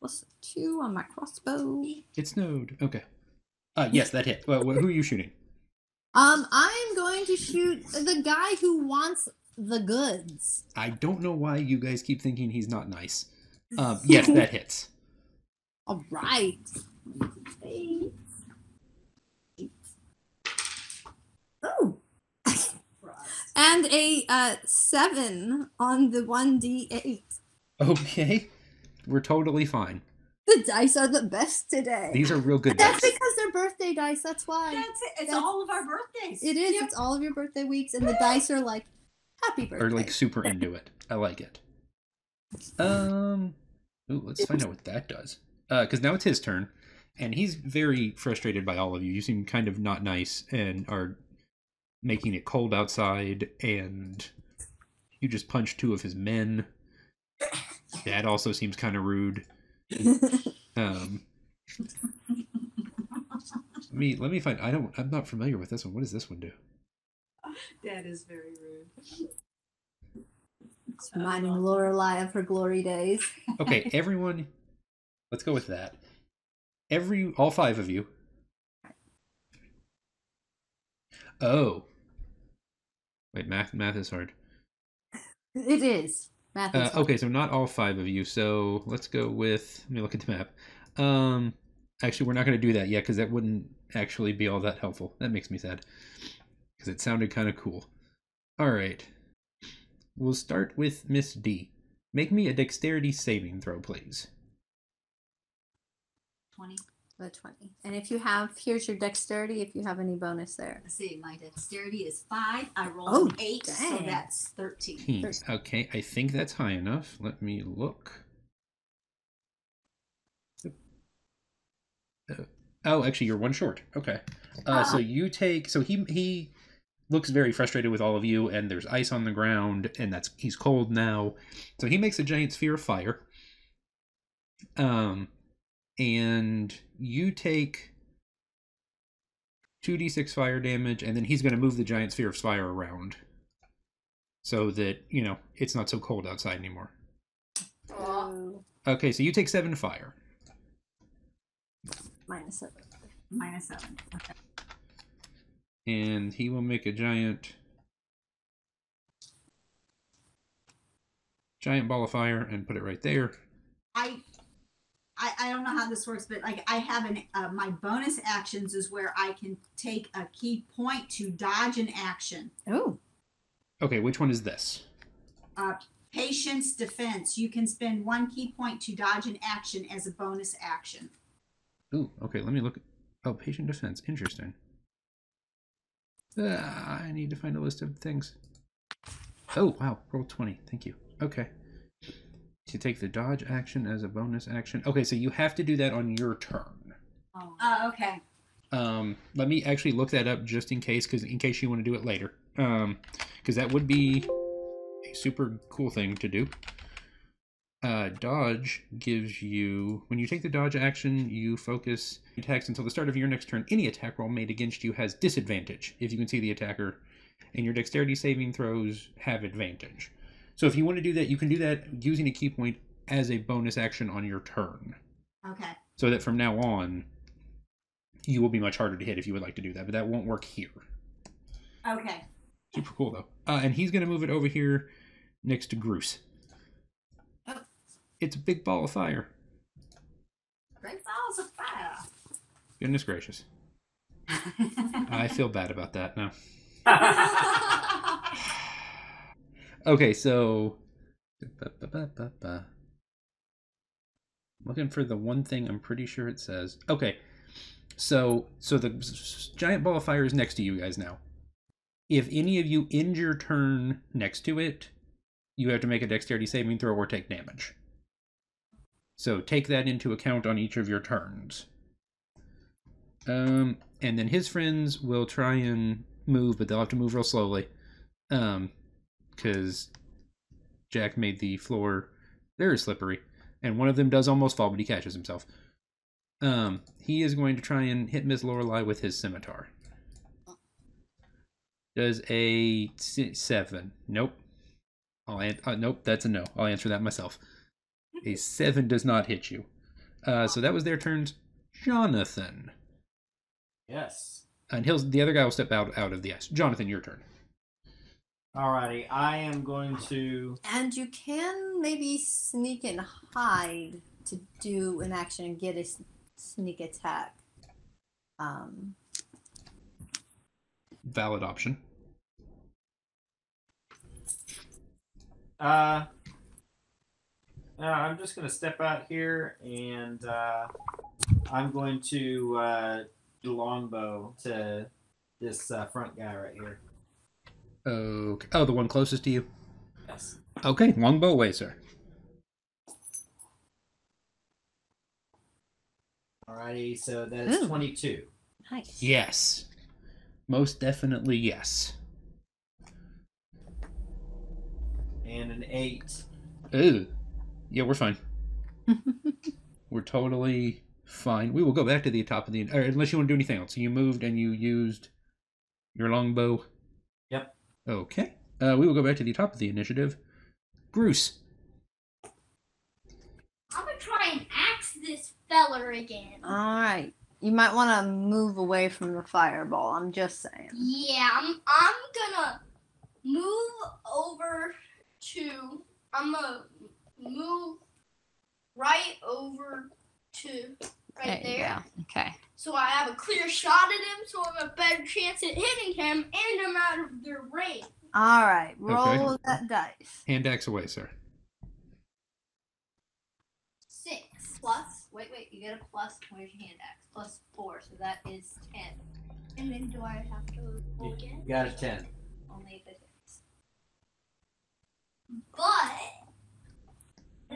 [SPEAKER 3] plus two on my crossbow.
[SPEAKER 1] It snowed. Okay. Uh, yes, that hit. Well, wh- who are you shooting?
[SPEAKER 3] Um, I am going to shoot the guy who wants the goods.
[SPEAKER 1] I don't know why you guys keep thinking he's not nice. Um, yes, that hits.
[SPEAKER 3] All right. Oh. and a uh, seven on the one d eight.
[SPEAKER 1] Okay. We're totally fine.
[SPEAKER 3] The dice are the best today.
[SPEAKER 1] These are real good
[SPEAKER 3] That's
[SPEAKER 1] dice.
[SPEAKER 3] because they're birthday dice. That's why
[SPEAKER 5] That's it. It's
[SPEAKER 3] That's-
[SPEAKER 5] all of our birthdays.
[SPEAKER 3] it is. It's all of your birthday weeks, and the dice are like happy birthday.
[SPEAKER 1] Or like super into it. I like it. Um, ooh, let's find out what that does. Uh, because now it's his turn, and he's very frustrated by all of you. You seem kind of not nice and are making it cold outside, and you just punched two of his men. That also seems kind of rude. Um, let me let me find. I don't. I'm not familiar with this one. What does this one do?
[SPEAKER 8] That is very rude.
[SPEAKER 3] It's reminding Lorelai of her glory days.
[SPEAKER 1] Okay, everyone, let's go with that. Every, all five of you. Oh, wait, math, math is hard.
[SPEAKER 3] It is. Math is
[SPEAKER 1] Uh,
[SPEAKER 3] hard.
[SPEAKER 1] okay, so not all five of you. So let's go with. Let me look at the map. Um, actually, we're not going to do that yet because that wouldn't actually be all that helpful. That makes me sad because it sounded kind of cool. All right, we'll start with Miss D. Make me a dexterity saving throw, please.
[SPEAKER 8] Twenty.
[SPEAKER 3] The 20. And if you have, here's your dexterity if you have any bonus there.
[SPEAKER 8] Let's see. My dexterity is
[SPEAKER 5] Five. I rolled
[SPEAKER 3] Oh,
[SPEAKER 5] an eight, so
[SPEAKER 3] dang.
[SPEAKER 5] that's thirteen.
[SPEAKER 1] Team.
[SPEAKER 3] There's-
[SPEAKER 1] Hmm, Okay, I think that's high enough. Let me look. Oh, actually, you're one short. Okay.
[SPEAKER 5] Ah.
[SPEAKER 1] Uh, so you take. So he he looks very frustrated with all of you, and there's ice on the ground, and that's he's cold now. So he makes a giant sphere of fire. Um, and you take two d six fire damage, and then he's going to move the giant sphere of fire around, so that you know it's not so cold outside anymore. Okay, so you take seven fire.
[SPEAKER 5] Minus seven. Minus seven. Okay.
[SPEAKER 1] and he will make a giant giant ball of fire and put it right there
[SPEAKER 5] I, I I don't know how this works, but like I have an uh, my bonus actions is where I can take a key point to dodge an action.
[SPEAKER 3] Oh.
[SPEAKER 1] okay which one is this
[SPEAKER 5] Uh, patience defense. You can spend one key point to dodge an action as a bonus action.
[SPEAKER 1] ooh okay let me look oh patient defense interesting Ah, i need to find a list of things oh wow roll 20 thank you okay to take the dodge action as a bonus action okay so you have to do that on your turn
[SPEAKER 5] Oh, okay.
[SPEAKER 1] Um, let me actually look that up just in case, because in case you want to do it later, um, because that would be a super cool thing to do. Uh, dodge gives you when you take the dodge action, you focus attacks until the start of your next turn. Any attack roll made against you has disadvantage if you can see the attacker, and your dexterity saving throws have advantage. So if you want to do that, you can do that using a key point as a bonus action on your turn
[SPEAKER 5] Okay.
[SPEAKER 1] so that from now on you will be much harder to hit if you would like to do that but that won't work here
[SPEAKER 5] Okay.
[SPEAKER 1] super cool though uh, and he's going to move it over here next to Groose.
[SPEAKER 5] Oh.
[SPEAKER 1] it's a big ball of fire
[SPEAKER 5] Great balls of fire.
[SPEAKER 1] goodness gracious i feel bad about that now okay so ba-ba-ba-ba-ba. looking for the one thing i'm pretty sure it says okay so so the s- s- giant ball of fire is next to you guys now if any of you end your turn next to it you have to make a dexterity saving throw or take damage so take that into account on each of your turns um and then his friends will try and move but they'll have to move real slowly um because Jack made the floor very slippery, and one of them does almost fall, but he catches himself. Um, he is going to try and hit Miss Lorelei with his scimitar. Does a si- seven? Nope. I'll an- uh, nope. That's a no. I'll answer that myself. A seven does not hit you. Uh, so that was their turns. Jonathan,
[SPEAKER 2] Yes.
[SPEAKER 1] and he'll the other guy will step out out of the ice. Jonathan, your turn.
[SPEAKER 2] Alrighty, I am going to.
[SPEAKER 9] And you can maybe sneak and hide to do an action and get a s- sneak attack. Um,
[SPEAKER 1] Valid option.
[SPEAKER 2] Uh, uh, I'm just going to step out here and uh, I'm going to uh, do longbow to this uh, front guy right here.
[SPEAKER 1] Okay. Oh, the one closest to you.
[SPEAKER 2] Yes.
[SPEAKER 1] Okay, longbow away, sir.
[SPEAKER 2] Alrighty, so that is
[SPEAKER 9] Ooh.
[SPEAKER 2] 22.
[SPEAKER 9] nice.
[SPEAKER 1] Yes. Most definitely yes.
[SPEAKER 2] and an eight.
[SPEAKER 1] Ooh. Yeah, we're fine. we're totally fine. We will go back to the top of the or unless you want to do anything else. You moved and you used your longbow.
[SPEAKER 2] Yep.
[SPEAKER 1] Okay. Uh, we will go back to the top of the initiative. Bruce.
[SPEAKER 4] I'm gonna try and axe this feller again.
[SPEAKER 3] Uh.
[SPEAKER 9] All right. You might want to move away from the fireball. I'm just saying.
[SPEAKER 4] Yeah, I'm I'm gonna move over to I'm gonna move right over to right
[SPEAKER 9] There
[SPEAKER 4] there.
[SPEAKER 9] you go. Okay.
[SPEAKER 4] So I have a clear shot at him, so I have a better chance at hitting him and I'm out of their range.
[SPEAKER 9] All right. Roll
[SPEAKER 1] Okay.
[SPEAKER 9] that dice.
[SPEAKER 1] Hand axe away, sir.
[SPEAKER 4] Six.
[SPEAKER 7] Plus, wait, wait, you get a plus. Where's your hand axe? Plus four, so that is ten.
[SPEAKER 4] And then do I have to roll again?
[SPEAKER 2] Got a 10.
[SPEAKER 7] Only if it hits.
[SPEAKER 4] But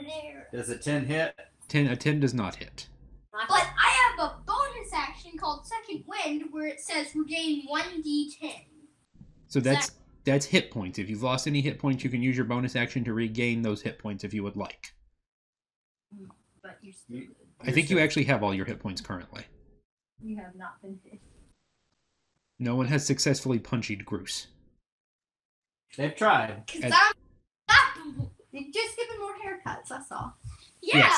[SPEAKER 4] there
[SPEAKER 2] Does a 10 hit?
[SPEAKER 1] Ten a ten does not hit.
[SPEAKER 4] but I have a bonus called Second Wind where it says regain 1d10.
[SPEAKER 1] So that's that's hit points. If you've lost any hit points, you can use your bonus action to regain those hit points if you would like.
[SPEAKER 8] But you still
[SPEAKER 2] You-
[SPEAKER 1] I think you actually have all your hit points currently.
[SPEAKER 8] you have not been hit.
[SPEAKER 1] No one has successfully punched Groose.
[SPEAKER 2] They've tried.
[SPEAKER 4] Because
[SPEAKER 1] And-
[SPEAKER 4] I'm unstoppable.
[SPEAKER 3] You're just giving more haircuts. That's all.
[SPEAKER 4] Yeah,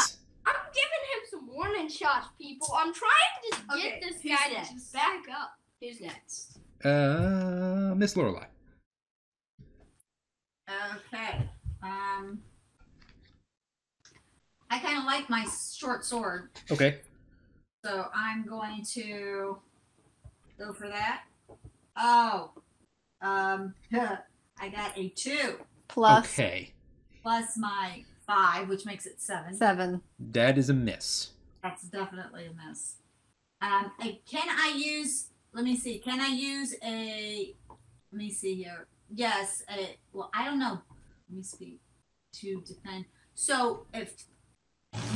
[SPEAKER 4] I'm giving him some warning shots, people. I'm trying to just get
[SPEAKER 8] Okay,
[SPEAKER 4] this
[SPEAKER 8] who's
[SPEAKER 4] guy
[SPEAKER 8] next?
[SPEAKER 4] to just back up.
[SPEAKER 8] Who's next?
[SPEAKER 1] Uh, Miss Lorelai.
[SPEAKER 5] Okay. Um, I kind of like my short sword,
[SPEAKER 1] Okay.
[SPEAKER 5] so I'm going to go for that. Oh, um, I got a two
[SPEAKER 3] Plus
[SPEAKER 1] Okay.
[SPEAKER 5] plus my five, which makes it seven.
[SPEAKER 9] Seven.
[SPEAKER 1] That is a miss.
[SPEAKER 5] That's definitely a miss. Um, I- can I use? Let me see. Can I use a? Let me see here. Yes. A, well, I don't know. Let me speak to defend. So if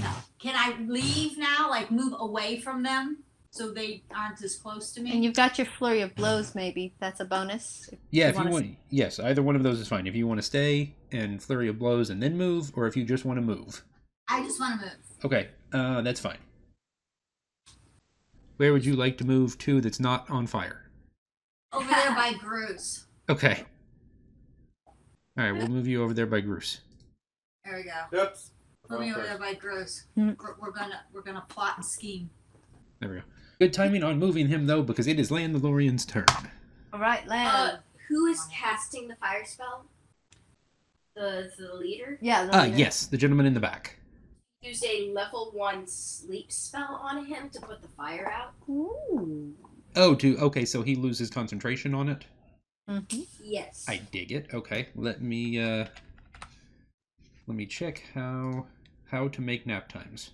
[SPEAKER 5] no, can I leave now? Like move away from them so they aren't as close to me.
[SPEAKER 9] And you've got your flurry of blows, maybe. That's a bonus.
[SPEAKER 1] Yeah,
[SPEAKER 9] You
[SPEAKER 1] if you
[SPEAKER 9] wanna
[SPEAKER 1] want, yes, either one of those is fine. If you want to stay and flurry of blows and then move, or if you just want to move.
[SPEAKER 5] I just want to move.
[SPEAKER 1] Okay, uh, that's fine. Where would you like to move to that's not on fire?
[SPEAKER 5] Over there by Bruce.
[SPEAKER 1] Okay. All right, we'll move you over there by Groose.
[SPEAKER 5] There we go.
[SPEAKER 2] Oops.
[SPEAKER 5] Put me over there by Bruce.
[SPEAKER 9] Hmm.
[SPEAKER 5] We're, we're gonna we're gonna plot and scheme.
[SPEAKER 1] There we go. Good timing on moving him though, because it is Landalorian's turn.
[SPEAKER 9] All right, Lan.
[SPEAKER 7] Uh, who is casting the fire spell? The the leader.
[SPEAKER 9] yeah.
[SPEAKER 3] Oh,
[SPEAKER 9] the
[SPEAKER 1] Uh,
[SPEAKER 9] leader.
[SPEAKER 1] yes, the gentleman in the back.
[SPEAKER 7] Use a level one sleep spell on him to put the fire out.
[SPEAKER 9] Ooh.
[SPEAKER 1] Oh, to okay, so he loses concentration on it.
[SPEAKER 9] Mhm.
[SPEAKER 7] Yes.
[SPEAKER 1] I dig it. Okay, let me uh, let me check how how to make nap times.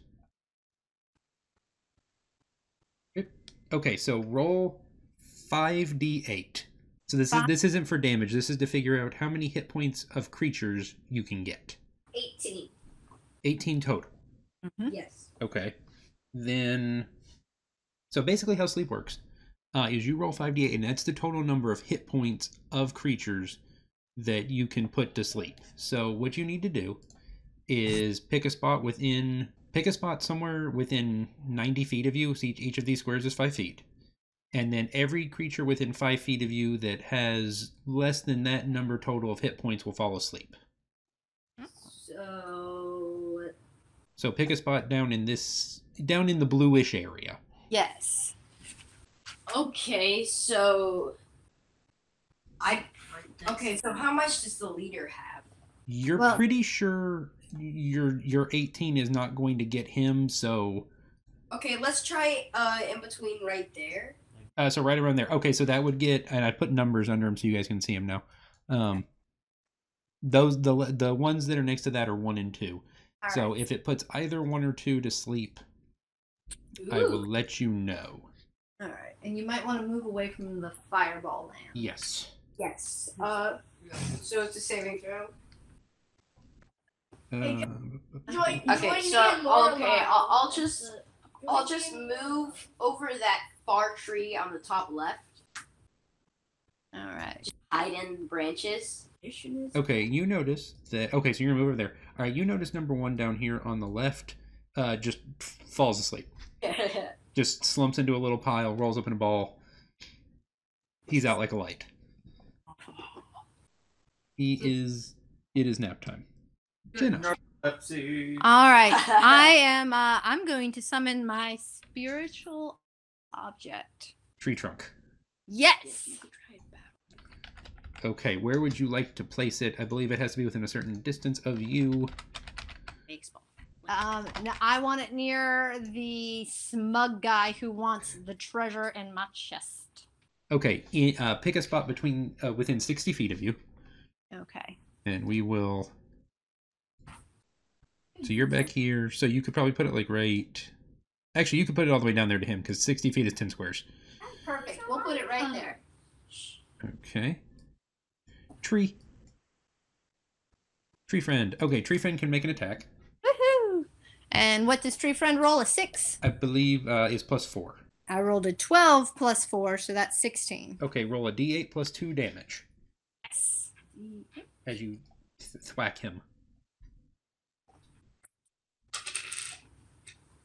[SPEAKER 1] Oop. Okay, so roll five d eight. So this is this isn't for damage. This is to figure out how many hit points of creatures you can get.
[SPEAKER 7] 18.
[SPEAKER 1] Eighteen total.
[SPEAKER 7] Yes.
[SPEAKER 1] Okay. Then, so basically, how sleep works uh, is you roll 5d8, and that's the total number of hit points of creatures that you can put to sleep. So, what you need to do is pick a spot within, pick a spot somewhere within 90 feet of you. So, each, each of these squares is 5 feet. And then every creature within 5 feet of you that has less than that number total of hit points will fall asleep.
[SPEAKER 7] So
[SPEAKER 1] So, pick a spot down in this, down in the bluish area.
[SPEAKER 9] Yes.
[SPEAKER 7] okay, so I
[SPEAKER 5] Right there.
[SPEAKER 7] okay, so how much does the leader have?
[SPEAKER 1] You're
[SPEAKER 9] Well-
[SPEAKER 1] pretty sure your your 18 is not going to get him, so
[SPEAKER 7] Okay, let's try uh in between right there.
[SPEAKER 1] uh, so right around there. Okay, so that would get and I put numbers under him so you guys can see him now. Um those the le- the ones that are next to that are 1 and 2.
[SPEAKER 7] All
[SPEAKER 1] so if it puts either 1 or 2 to sleep, I will let you know.
[SPEAKER 9] All right. And you might want to move away from the fireball land.
[SPEAKER 1] Yes.
[SPEAKER 7] Yes. Uh so it's a saving throw.
[SPEAKER 1] Uh,
[SPEAKER 4] Join,
[SPEAKER 7] Okay,
[SPEAKER 4] join
[SPEAKER 7] so oh,
[SPEAKER 4] me and Lorelai.
[SPEAKER 7] okay, I'll, I'll just I'll
[SPEAKER 4] Join
[SPEAKER 7] just
[SPEAKER 4] me and
[SPEAKER 7] move over that far tree on the top left,
[SPEAKER 9] All right.
[SPEAKER 7] hide in the branches.
[SPEAKER 1] okay, you notice that okay, so you're going to move over there. All right, you notice number 1 down here on the left uh just falls asleep. just slumps into a little pile, rolls up in a ball. He's out like a light. He is. It is nap time. Jenna.
[SPEAKER 2] Oopsie.
[SPEAKER 3] All right. I am uh I'm going to summon my spiritual object.
[SPEAKER 1] Tree trunk.
[SPEAKER 3] Yes.
[SPEAKER 1] Okay, where would you like to place it? I believe it has to be within a certain distance of you.
[SPEAKER 7] Baseball.
[SPEAKER 3] Um no, I want it near the smug guy who wants the treasure in my chest.
[SPEAKER 1] Okay, i- uh, pick a spot between uh, within sixty feet of you,
[SPEAKER 3] Okay.
[SPEAKER 1] and we will. So you're back here. So you could probably put it like right. Actually, you could put it all the way down there to him because sixty feet is ten squares.
[SPEAKER 7] Perfect. We'll put it right there.
[SPEAKER 1] Okay. Tree. Tree friend. Okay, tree friend can make an attack.
[SPEAKER 3] Woohoo. And what does tree friend roll? A six.
[SPEAKER 1] I believe uh, is plus four.
[SPEAKER 3] I rolled a 12 plus 4, so that's 16.
[SPEAKER 1] Okay, roll a d8 plus 2 damage as you th- thwack him.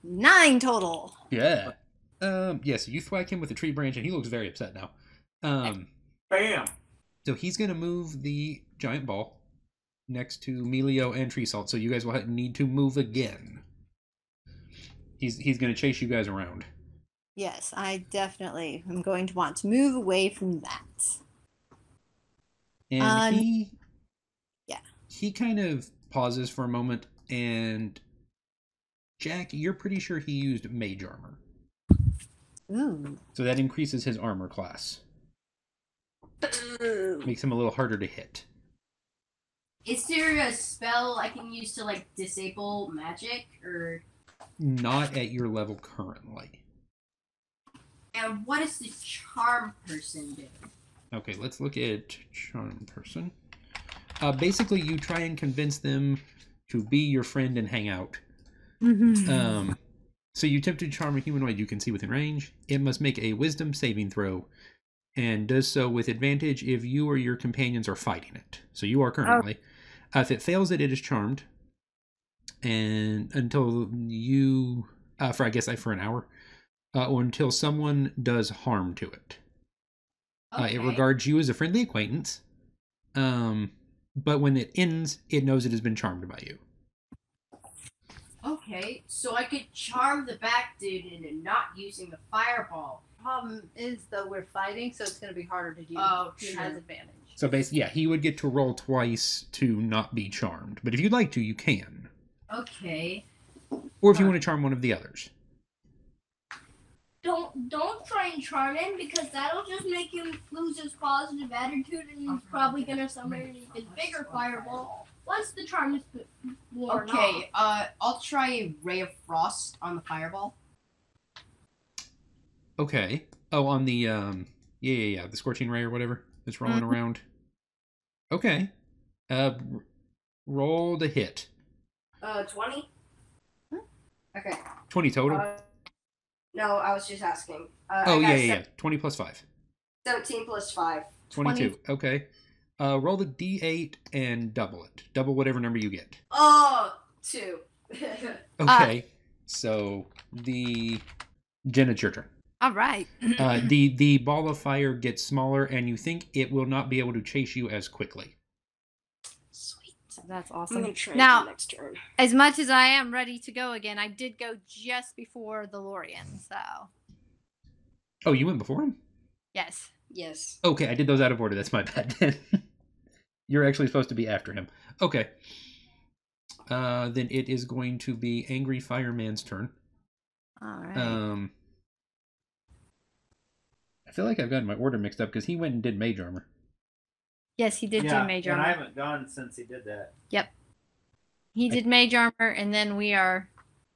[SPEAKER 3] Nine total.
[SPEAKER 1] Yeah. Um, yes, you thwack him with a tree branch, and he looks very upset now. Um,
[SPEAKER 2] Bam.
[SPEAKER 1] so he's going to move the giant ball next to Melio and Tree Salt, so you guys will ha- need to move again. He's, he's going to chase you guys around.
[SPEAKER 9] Yes, I definitely am going to want to move away from that.
[SPEAKER 1] And
[SPEAKER 9] Um,
[SPEAKER 1] he
[SPEAKER 9] yeah.
[SPEAKER 1] He kind of pauses for a moment and Jack, you're pretty sure he used mage armor.
[SPEAKER 9] Ooh.
[SPEAKER 1] So that increases his armor class. Makes him a little harder to hit.
[SPEAKER 7] Is there a spell I can use to like disable magic or?
[SPEAKER 1] Not at your level currently.
[SPEAKER 7] And what does the charm person do?
[SPEAKER 1] Okay, let's look at charm person. Uh, basically, you try and convince them to be your friend and hang out.
[SPEAKER 3] Mm-hmm.
[SPEAKER 1] Um, so you attempt to charm a humanoid you can see within range. It must make a wisdom saving throw and does so with advantage if you or your companions are fighting it. So you are currently. Uh, if it fails it, it is charmed. And until you, uh, for I guess I for an hour, uh, or until someone does harm to it. Uh, it
[SPEAKER 7] Okay.
[SPEAKER 1] regards you as a friendly acquaintance. Um, but when it ends, it knows it has been charmed by you.
[SPEAKER 7] Okay, so I could charm the back dude into not using the fireball.
[SPEAKER 9] Problem is though we're fighting, so it's gonna be harder to do.
[SPEAKER 7] Oh,
[SPEAKER 9] he
[SPEAKER 7] true.
[SPEAKER 9] has advantage.
[SPEAKER 1] So basically, yeah, he would get to roll twice to not be charmed. But if you'd like to, you can.
[SPEAKER 7] Okay.
[SPEAKER 1] Or if you want to charm one of the others.
[SPEAKER 4] Don't don't try and charm him because that'll just make him lose his positive attitude, and he's probably gonna summon an even bigger fireball once the charm is b- worn off.
[SPEAKER 7] Okay, uh, I'll try a ray of frost on the fireball.
[SPEAKER 1] Okay. Oh, on the um, yeah, yeah, yeah, the scorching ray or whatever that's rolling
[SPEAKER 6] Mm-hmm.
[SPEAKER 3] Mhm.
[SPEAKER 1] around. Okay. Uh, r- roll the hit.
[SPEAKER 6] Uh, 20? Okay.
[SPEAKER 1] Twenty total.
[SPEAKER 6] Uh, no, I was just asking. Uh,
[SPEAKER 1] oh
[SPEAKER 6] I
[SPEAKER 1] yeah,
[SPEAKER 6] got
[SPEAKER 1] yeah,
[SPEAKER 6] se-
[SPEAKER 1] yeah. Twenty plus five.
[SPEAKER 6] 17 plus 5.
[SPEAKER 1] Twenty-two. Okay. Uh, roll the d8 and double it. Double whatever number you get.
[SPEAKER 6] Oh, 2.
[SPEAKER 9] Uh,
[SPEAKER 1] Okay. so the Jen, it's your turn.
[SPEAKER 3] All right.
[SPEAKER 1] uh, the the ball of fire gets smaller, and you think it will not be able to chase you as quickly.
[SPEAKER 3] Sweet. That's awesome.
[SPEAKER 10] I'm gonna try
[SPEAKER 3] Now-
[SPEAKER 10] again next turn.
[SPEAKER 3] As much as I am ready to go again, I did go just before the Lorian, so
[SPEAKER 1] Oh, you went before him.
[SPEAKER 3] yes.
[SPEAKER 10] Yes.
[SPEAKER 1] Okay, I did those out of order. That's my bad. Then you're actually supposed to be after him. Okay. Uh, then it is going to be angry fireman's turn.
[SPEAKER 9] All right.
[SPEAKER 1] Um, I feel like I've gotten my order mixed up because he went and did mage armor.
[SPEAKER 3] Yes, he did
[SPEAKER 2] yeah,
[SPEAKER 3] do mage
[SPEAKER 2] and I
[SPEAKER 3] armor.
[SPEAKER 2] haven't gone since he did that.
[SPEAKER 3] He did mage armor, and then we are.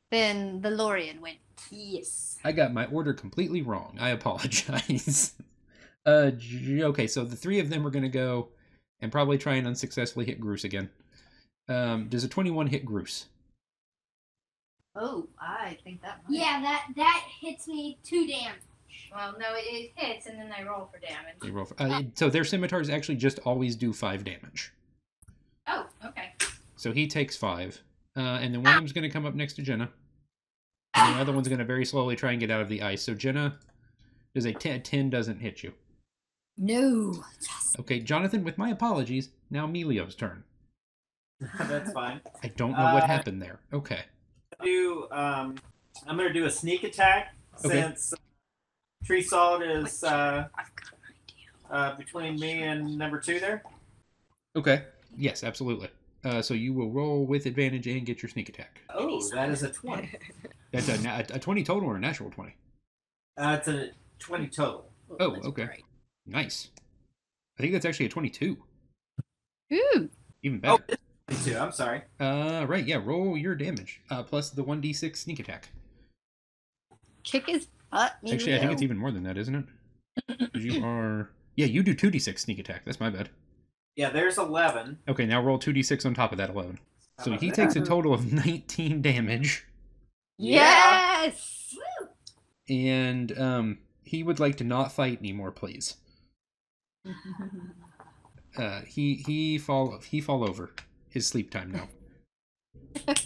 [SPEAKER 3] Then the Lorian went.
[SPEAKER 7] Yes.
[SPEAKER 1] I got my order completely wrong. I apologize. uh, j- okay, so the three of them are going to go and probably try and unsuccessfully hit Groose again. Um, does a 21 hit Groose?
[SPEAKER 8] Oh, I think that might.
[SPEAKER 4] Yeah, that that hits me two damage. Well, no, it, it hits, and then I roll for
[SPEAKER 1] They
[SPEAKER 4] damage.
[SPEAKER 1] roll for- uh, so their scimitars actually just always do five damage.
[SPEAKER 4] Oh, okay.
[SPEAKER 1] So he takes five. Uh, and then one of them's going to come up next to Jenna. And the other one's going to very slowly try and get out of the ice. So Jenna, does a 10, 10 doesn't hit you.
[SPEAKER 9] no. Yes.
[SPEAKER 1] Okay, Jonathan, with my apologies, now Melio's turn.
[SPEAKER 2] That's fine.
[SPEAKER 1] I don't know what
[SPEAKER 2] Uh,
[SPEAKER 1] happened there. Okay.
[SPEAKER 2] do um I'm gonna do a sneak attack
[SPEAKER 1] Okay.
[SPEAKER 2] since tree salt is uh, uh between me and number two there.
[SPEAKER 1] Okay. Yes, absolutely. Uh, so you will roll with advantage and get your sneak attack.
[SPEAKER 2] Oh, that is a twenty.
[SPEAKER 1] That's a, na- a twenty total or a natural twenty.
[SPEAKER 2] Uh, it's a twenty total.
[SPEAKER 1] Oh, okay. Nice. I think that's actually a twenty-two.
[SPEAKER 3] Ooh.
[SPEAKER 1] Even
[SPEAKER 2] Oh,
[SPEAKER 1] better.
[SPEAKER 2] it's 22, I'm sorry.
[SPEAKER 1] Uh, right. Yeah. Roll your damage uh, plus the one d six sneak attack.
[SPEAKER 3] Kick his butt. Melio.
[SPEAKER 1] Actually, I think it's even more than that, isn't it? 'Cause You are. Yeah, you do two d six sneak attack. That's my bad.
[SPEAKER 2] Yeah, there's eleven.
[SPEAKER 1] Okay, now roll two d six on top of that eleven.
[SPEAKER 2] How
[SPEAKER 1] So
[SPEAKER 2] about
[SPEAKER 1] he
[SPEAKER 2] that?
[SPEAKER 1] takes a total of nineteen damage.
[SPEAKER 2] Yeah.
[SPEAKER 3] Yes.
[SPEAKER 1] and um, he would like to not fight anymore, please. Uh, he he fall he fall over his sleep time now.
[SPEAKER 8] And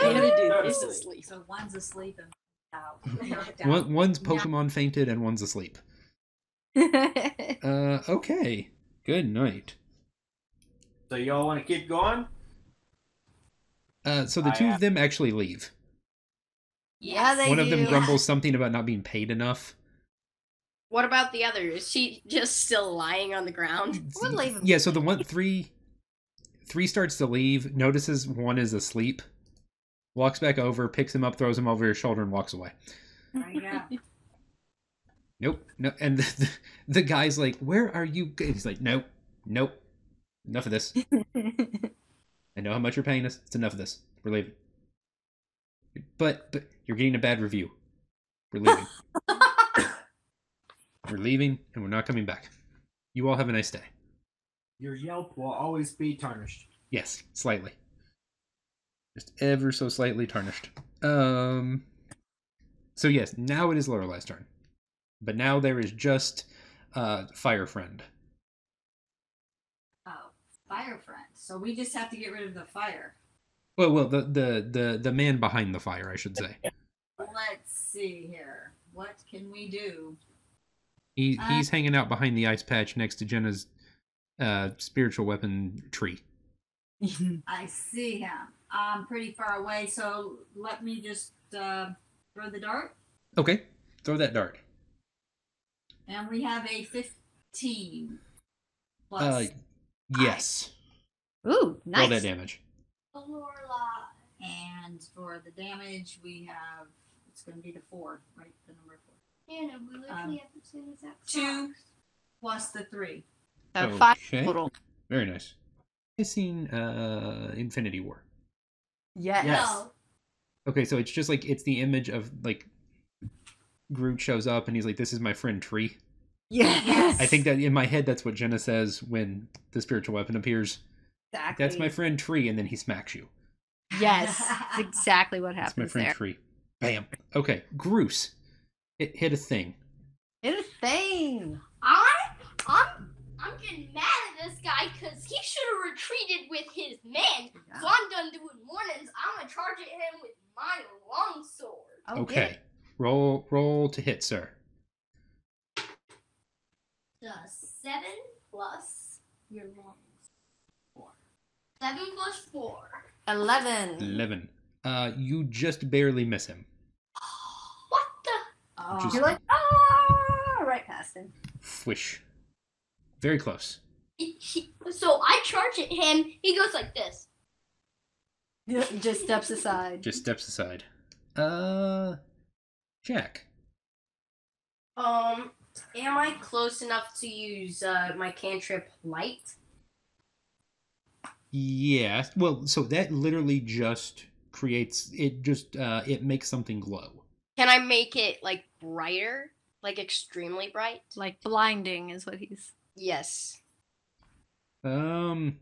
[SPEAKER 8] the other dude is
[SPEAKER 2] Totally.
[SPEAKER 8] asleep.
[SPEAKER 5] So one's asleep and out.
[SPEAKER 1] One, one's Pokemon fainted and one's asleep. Uh, okay. Good night.
[SPEAKER 2] So y'all want to keep going?
[SPEAKER 1] Uh, so the
[SPEAKER 2] I,
[SPEAKER 1] two
[SPEAKER 2] uh,
[SPEAKER 1] of them actually leave.
[SPEAKER 9] yeah, they
[SPEAKER 1] One of them
[SPEAKER 9] do.
[SPEAKER 1] grumbles something about not being paid enough.
[SPEAKER 7] What about the other? Is she just still lying on the ground?
[SPEAKER 9] I would leave him.
[SPEAKER 1] Yeah, so the one three three starts to leave, notices one is asleep, walks back over, picks him up, throws him over his shoulder, and walks away.
[SPEAKER 5] Yeah.
[SPEAKER 1] Nope. No and the, the, the guy's like, Where are you? g-" He's like, Nope, nope. Enough of this. I know how much you're paying us. It's enough of this. We're leaving. But but you're getting a bad review. We're leaving. we're leaving and we're not coming back. You all have a nice day.
[SPEAKER 2] Your Yelp will always be tarnished.
[SPEAKER 1] Yes, slightly. Just ever so slightly tarnished. Um so yes, now it is Lorelei's turn. But now there is just uh Fire Friend.
[SPEAKER 5] Oh, fire friend. So we just have to get rid of the fire.
[SPEAKER 1] Well well the the the, the man behind the fire, I should say.
[SPEAKER 5] Let's see here. What can we do?
[SPEAKER 1] He
[SPEAKER 5] Uh,
[SPEAKER 1] he's hanging out behind the ice patch next to Jenna's uh spiritual weapon tree.
[SPEAKER 5] I see him. I'm pretty far away, so let me just uh, throw the dart.
[SPEAKER 1] Okay. Throw that dart.
[SPEAKER 5] And we have a 15 plus. Ah,
[SPEAKER 1] Uh yes.
[SPEAKER 9] Ooh,
[SPEAKER 1] Roll
[SPEAKER 9] nice.
[SPEAKER 1] that damage.
[SPEAKER 4] Lorelai.
[SPEAKER 5] and for the damage, we have it's going to be the four, right? The number four.
[SPEAKER 4] Hannah, we literally
[SPEAKER 5] Um,
[SPEAKER 4] have the same exact
[SPEAKER 5] Two
[SPEAKER 4] socks.
[SPEAKER 5] plus the three.
[SPEAKER 9] So five
[SPEAKER 1] Okay.
[SPEAKER 9] total.
[SPEAKER 1] Very nice. I've seen uh Infinity War.
[SPEAKER 9] Yes.
[SPEAKER 2] Yes.
[SPEAKER 5] No.
[SPEAKER 1] Okay, so it's just like it's the image of like Groot shows up and he's like, "This is my friend Tree."
[SPEAKER 9] Yes.
[SPEAKER 1] I think that in my head, that's what Jenna says when the spiritual weapon appears.
[SPEAKER 9] exactly.
[SPEAKER 1] That's my friend Tree, and then he smacks you.
[SPEAKER 9] Yes, that's exactly what
[SPEAKER 1] That's my
[SPEAKER 9] happens
[SPEAKER 1] friend
[SPEAKER 9] there.
[SPEAKER 1] Tree. Bam. Okay, Groose. It hit a thing.
[SPEAKER 9] It's a thing.
[SPEAKER 4] I, I'm, I'm getting mad at this guy because he should have retreated with his men. So I'm done doing warnings. I'm gonna charge at him with my longsword.
[SPEAKER 9] Oh,
[SPEAKER 1] Okay, roll roll to hit, sir.
[SPEAKER 4] The seven plus your long Seven plus four.
[SPEAKER 9] yeah. Eleven.
[SPEAKER 1] Eleven. Uh, you just barely miss him.
[SPEAKER 4] What the?
[SPEAKER 5] Oh,
[SPEAKER 1] Just
[SPEAKER 9] You're like ah, right past him.
[SPEAKER 1] Whoosh. Very close.
[SPEAKER 4] He- he- So I charge at him. He goes like this.
[SPEAKER 9] He just steps aside.
[SPEAKER 1] Just steps aside. Uh, Jack.
[SPEAKER 7] Um, am I close enough to use uh, my cantrip light?
[SPEAKER 1] Yeah. Well, so that literally just creates it just uh it makes something glow.
[SPEAKER 7] Can I make it like brighter, like extremely bright?
[SPEAKER 3] like blinding is what he's
[SPEAKER 7] Yes.
[SPEAKER 1] Um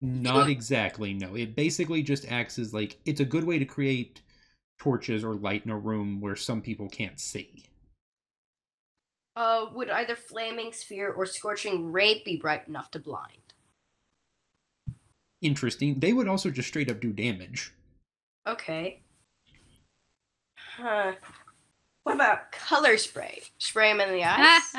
[SPEAKER 1] not exactly, no. It basically just acts as like it's a good way to create torches or light in a room where some people can't see.
[SPEAKER 7] Uh, would either flaming sphere or scorching ray be bright enough to blind?
[SPEAKER 1] Interesting. They would also just straight up do damage.
[SPEAKER 7] Okay. Huh. What about color spray? Spray him in the eyes.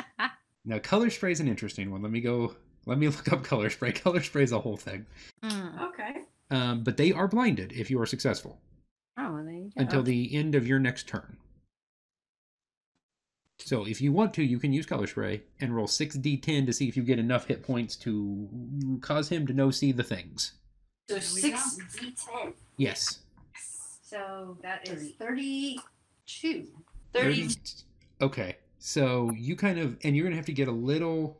[SPEAKER 1] Now color spray is an interesting one. Let me go let me look up color spray. Color spray is a whole thing.
[SPEAKER 3] Hmm.
[SPEAKER 9] Mm.
[SPEAKER 7] okay.
[SPEAKER 1] Um, but they are blinded if you are successful
[SPEAKER 9] Oh, well, there you go.
[SPEAKER 1] until the end of your next turn. So if you want to, you can use color spray and roll 6d10 to see if you get enough hit points to cause him to no see the things.
[SPEAKER 7] So
[SPEAKER 5] There we
[SPEAKER 7] six d ten.
[SPEAKER 1] Yes.
[SPEAKER 9] So that is thirty-two.
[SPEAKER 7] Thirty.
[SPEAKER 1] Okay. So you kind of and you're going to have to get a little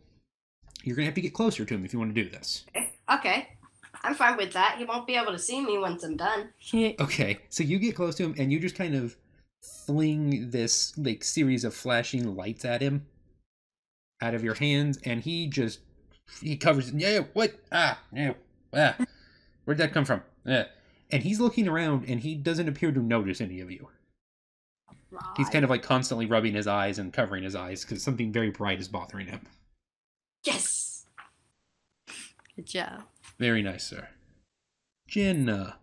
[SPEAKER 1] you're going to have to get closer to him if you want to do this.
[SPEAKER 7] Okay. I'm fine with that. He won't be able to see me once I'm done.
[SPEAKER 1] Okay. So you get close to him and you just kind of fling this like series of flashing lights at him out of your hands and he just he covers yeah what ah yeah ah where'd that come from yeah and he's looking around and he doesn't appear to notice any of you He's kind of like constantly rubbing his eyes and covering his eyes because something very bright is bothering him.
[SPEAKER 3] Yes. Good job.
[SPEAKER 1] Very nice, sir. Jenna.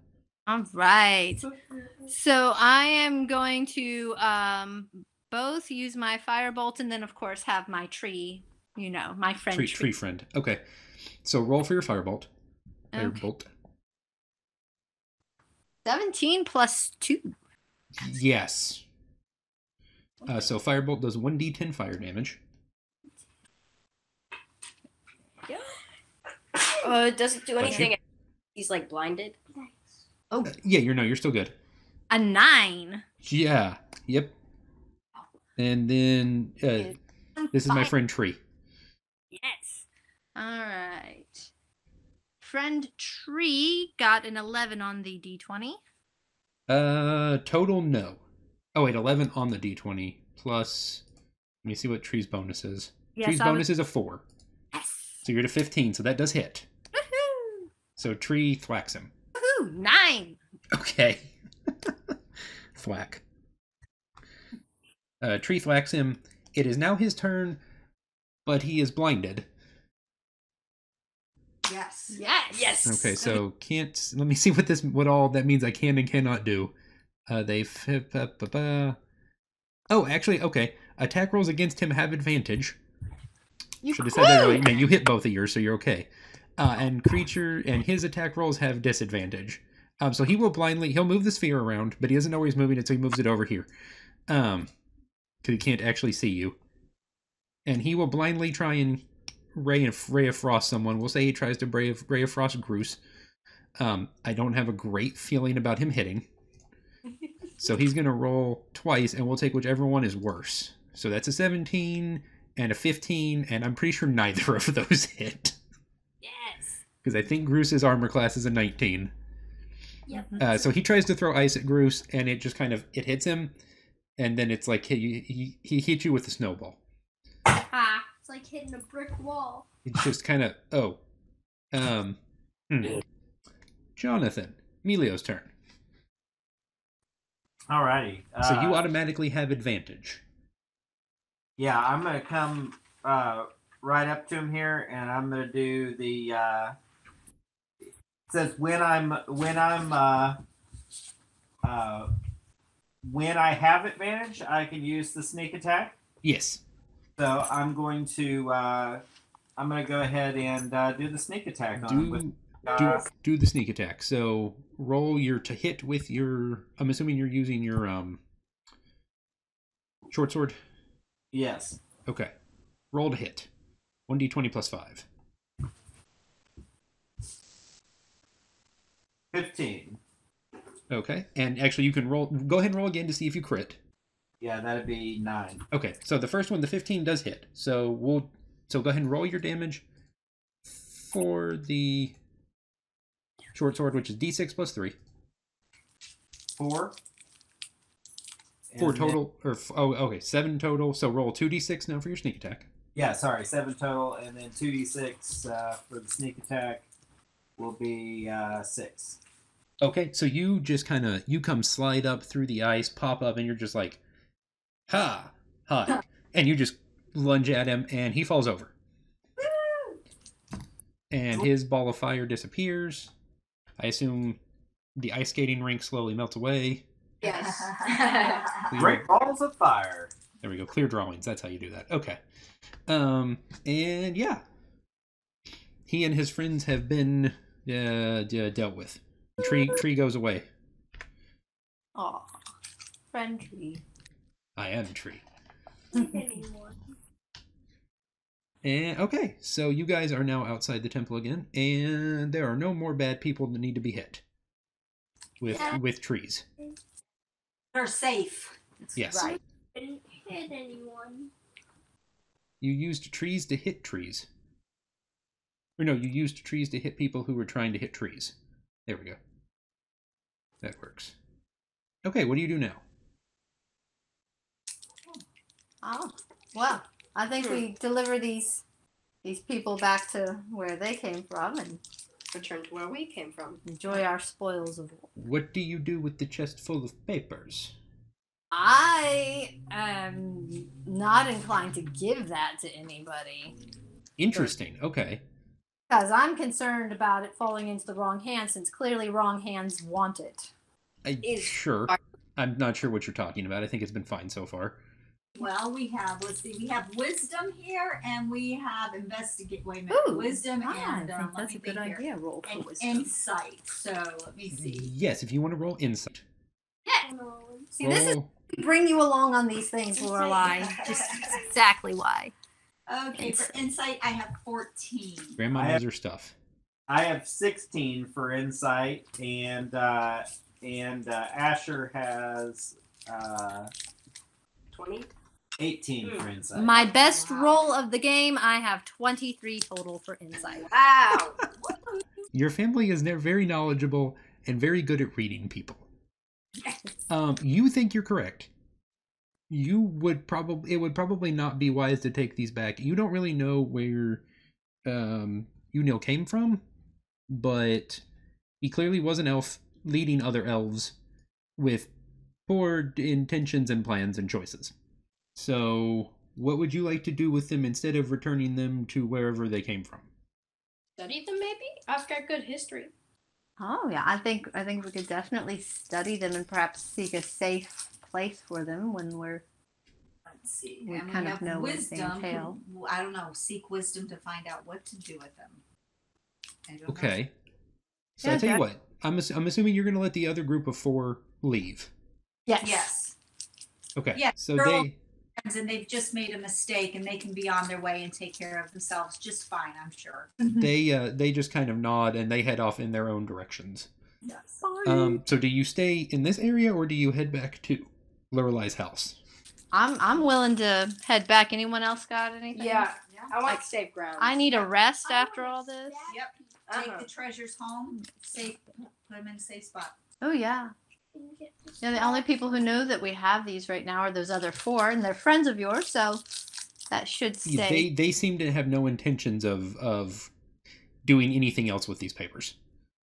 [SPEAKER 3] All right. So I am going to um, both use my firebolt and then, of course, have my tree. You know, my friend
[SPEAKER 1] Tree, tree friend. Okay. So roll for your firebolt.
[SPEAKER 3] Okay.
[SPEAKER 1] Firebolt.
[SPEAKER 3] 17 plus 2.
[SPEAKER 1] Yes. Uh, so firebolt does 1d10 fire damage.
[SPEAKER 7] Oh, it doesn't do
[SPEAKER 1] Don't you-
[SPEAKER 7] anything. He's like blinded.
[SPEAKER 1] Yeah, you're no, you're still good.
[SPEAKER 3] A 9.
[SPEAKER 1] Yeah. Yep. And then uh, this is my
[SPEAKER 3] Fine.
[SPEAKER 1] friend Tree.
[SPEAKER 3] Yes. All right. Friend Tree got an 11 on the d20.
[SPEAKER 1] Uh, total no. Oh wait, eleven on the d twenty plus. Let me see what tree's bonus is.
[SPEAKER 3] Yes,
[SPEAKER 1] tree's
[SPEAKER 3] I was-
[SPEAKER 1] bonus is a four. So you're at a fifteen, so that does hit.
[SPEAKER 3] Woohoo!
[SPEAKER 1] So tree thwacks him.
[SPEAKER 3] Woohoo! 9.
[SPEAKER 1] Okay. Thwack. Uh, tree thwacks him. It is now his turn, but he is blinded.
[SPEAKER 5] Yes.
[SPEAKER 3] Yes. Yes.
[SPEAKER 1] Okay, so can't. Let me see what this, what all that means. I can and cannot do. Uh, they. f- ba- ba- ba. Oh, actually, okay. Attack rolls against him have advantage.
[SPEAKER 3] You
[SPEAKER 1] Should have said that
[SPEAKER 3] clue!
[SPEAKER 1] earlier. No, you hit both of yours, so you're okay. Uh, and creature and his attack rolls have disadvantage. Um, so he will blindly. He'll move the sphere around, but he doesn't know where he's moving it, so he moves it over here. Um, because he can't actually see you. And he will blindly try and ray and ray of frost someone. We'll say he tries to ray of, ray of frost Groose. Um, I don't have a great feeling about him hitting. So he's going to roll twice, and we'll take whichever one is worse. So that's a 17 and a 15, and I'm pretty sure neither of those hit.
[SPEAKER 3] Yes.
[SPEAKER 1] Because I think Groose's armor class is a 19.
[SPEAKER 3] Yep.
[SPEAKER 1] Uh, so he tries to throw ice at Groose, and it just kind of it hits him, and then it's like he he, he hit you with a snowball.
[SPEAKER 4] Ah, it's like hitting a brick wall.
[SPEAKER 1] It's just kind of oh, um, hmm. Jonathan, Melio's turn.
[SPEAKER 2] Alrighty. Uh,
[SPEAKER 1] So you automatically have advantage.
[SPEAKER 2] Yeah, I'm gonna come uh, right up to him here, and I'm gonna do the. Uh, it says when I'm when I'm uh, uh, when I have advantage, I can use the sneak attack.
[SPEAKER 1] Yes.
[SPEAKER 2] So I'm going to uh, I'm gonna go ahead and uh, do the sneak attack on him. With,
[SPEAKER 1] Do do
[SPEAKER 2] uh,
[SPEAKER 1] do the sneak attack. So roll your to hit with your. I'm assuming you're using your um. Short sword.
[SPEAKER 2] yes.
[SPEAKER 1] Okay. Roll to hit. 1d20 plus 5.
[SPEAKER 2] 15.
[SPEAKER 1] Okay. And actually, you can roll. Go ahead and roll again to see if you crit.
[SPEAKER 2] Yeah, that'd be 9.
[SPEAKER 1] Okay. So the first one, the 15, does hit. So we'll. So go ahead and roll your damage for the short sword, which is d6 plus 3.
[SPEAKER 2] 4.
[SPEAKER 1] 4
[SPEAKER 2] And then-
[SPEAKER 1] total. Or, f- oh, okay. 7 total. So roll 2d6 now for your sneak attack.
[SPEAKER 2] Yeah, sorry, seven total, and then two d six uh, for the sneak attack will be uh, six.
[SPEAKER 1] Okay, so you just kind of you come slide up through the ice, pop up, and you're just like, ha, ha, and you just lunge at him, and he falls over, and his ball of fire disappears. I assume the ice skating rink slowly melts away.
[SPEAKER 8] Yes.
[SPEAKER 1] Clear-
[SPEAKER 2] Great balls of fire.
[SPEAKER 1] There we go. Clear drawings. That's how you do that. Okay. Um, and yeah, he and his friends have been uh, de- dealt with. Tree tree goes away.
[SPEAKER 9] Aw. Friend tree.
[SPEAKER 1] I am tree.
[SPEAKER 4] anymore.
[SPEAKER 1] And okay, so you guys are now outside the temple again, and there are no more bad people that need to be hit with with trees.
[SPEAKER 5] They're safe.
[SPEAKER 1] Yes,
[SPEAKER 9] Right.
[SPEAKER 4] Didn't hit anyone.
[SPEAKER 1] you used trees to hit trees, or no, you used trees to hit people who were trying to hit trees. There we go. That works. Okay, what do you do now?
[SPEAKER 9] Oh. Well, I think we deliver these these people back to where they came from and
[SPEAKER 7] Return to where we came from.
[SPEAKER 9] enjoy our spoils of war.
[SPEAKER 1] What do you do with the chest full of papers?
[SPEAKER 3] I am not inclined to give that to anybody
[SPEAKER 1] Interesting. Okay.
[SPEAKER 3] because I'm concerned about it falling into the wrong hands since clearly wrong hands want it.
[SPEAKER 1] I,
[SPEAKER 11] Is-
[SPEAKER 1] sure. I'm not sure what you're talking about. I think it's been fine so far.
[SPEAKER 5] Well, we have, let's see, we have wisdom here and we have investigate, wait a
[SPEAKER 3] Ooh,
[SPEAKER 5] minute, wisdom
[SPEAKER 3] Ah,
[SPEAKER 5] and,
[SPEAKER 3] I
[SPEAKER 5] um,
[SPEAKER 3] think
[SPEAKER 5] let
[SPEAKER 3] that's
[SPEAKER 5] me
[SPEAKER 3] a good
[SPEAKER 5] think here.
[SPEAKER 3] idea. Roll for
[SPEAKER 5] And
[SPEAKER 3] wisdom.
[SPEAKER 5] insight, so let me see.
[SPEAKER 1] Yes, if you want to roll insight.
[SPEAKER 3] See, this is
[SPEAKER 1] Roll-
[SPEAKER 3] bring you along on these things, Lorelai. Just exactly why.
[SPEAKER 5] Okay, for
[SPEAKER 3] Mm-hmm. Insight.
[SPEAKER 5] insight, I have fourteen.
[SPEAKER 1] Grandma
[SPEAKER 2] I
[SPEAKER 1] knows
[SPEAKER 2] have-
[SPEAKER 1] her stuff.
[SPEAKER 2] I have 16 for insight, and uh, and uh, Asher has uh,
[SPEAKER 7] 20?
[SPEAKER 2] 18 for insight.
[SPEAKER 3] My best
[SPEAKER 7] Wow.
[SPEAKER 3] roll of the game, I have 23 total for insight.
[SPEAKER 7] Wow.
[SPEAKER 1] Your family is ne- very knowledgeable and very good at reading people. Um, you think you're correct. You would probably it would probably not be wise to take these back. You don't really know where um Unil came from, but he clearly was an elf leading other elves with poor intentions and plans and choices. So, what would you like to do with them instead of returning them to wherever they came from?
[SPEAKER 7] Study them maybe? I've got good history.
[SPEAKER 3] Oh yeah, I think I think we could definitely study them and perhaps seek a safe place for them when we're
[SPEAKER 5] Let's see.
[SPEAKER 3] We
[SPEAKER 5] and
[SPEAKER 3] kind
[SPEAKER 5] we
[SPEAKER 3] of
[SPEAKER 5] have
[SPEAKER 3] know what they
[SPEAKER 5] wisdom.
[SPEAKER 3] entail.
[SPEAKER 5] w- I don't know. Seek wisdom to find out what to do with them. I don't know.
[SPEAKER 1] Okay. So I
[SPEAKER 3] Yeah,
[SPEAKER 1] tell you
[SPEAKER 3] that-
[SPEAKER 1] what, I'm ass- I'm assuming you're going to let the other group of four leave.
[SPEAKER 5] Yes.
[SPEAKER 1] Okay.
[SPEAKER 5] Yeah,
[SPEAKER 1] So
[SPEAKER 5] girl-
[SPEAKER 1] they
[SPEAKER 5] And they've just made a mistake and they can be on their way and take care of themselves just fine, I'm sure.
[SPEAKER 3] Mm-hmm.
[SPEAKER 1] they uh, they just kind of nod and they head off in their own directions.
[SPEAKER 5] Yes.
[SPEAKER 1] Um. So do you stay in this area or do you head back to Lorelai's house?
[SPEAKER 3] I'm I'm willing to head back. Anyone else got anything?
[SPEAKER 7] Yeah.
[SPEAKER 5] Yeah.
[SPEAKER 7] I want safe ground.
[SPEAKER 3] I need a rest after all this.
[SPEAKER 5] Yep. Take
[SPEAKER 7] Uh-huh.
[SPEAKER 5] the treasures home, safe, put them in a safe spot.
[SPEAKER 3] Oh yeah. Yeah, the only people who know that we have these right now are those other four and they're friends of yours, so that should stay.
[SPEAKER 1] They they seem to have no intentions of of doing anything else with these papers.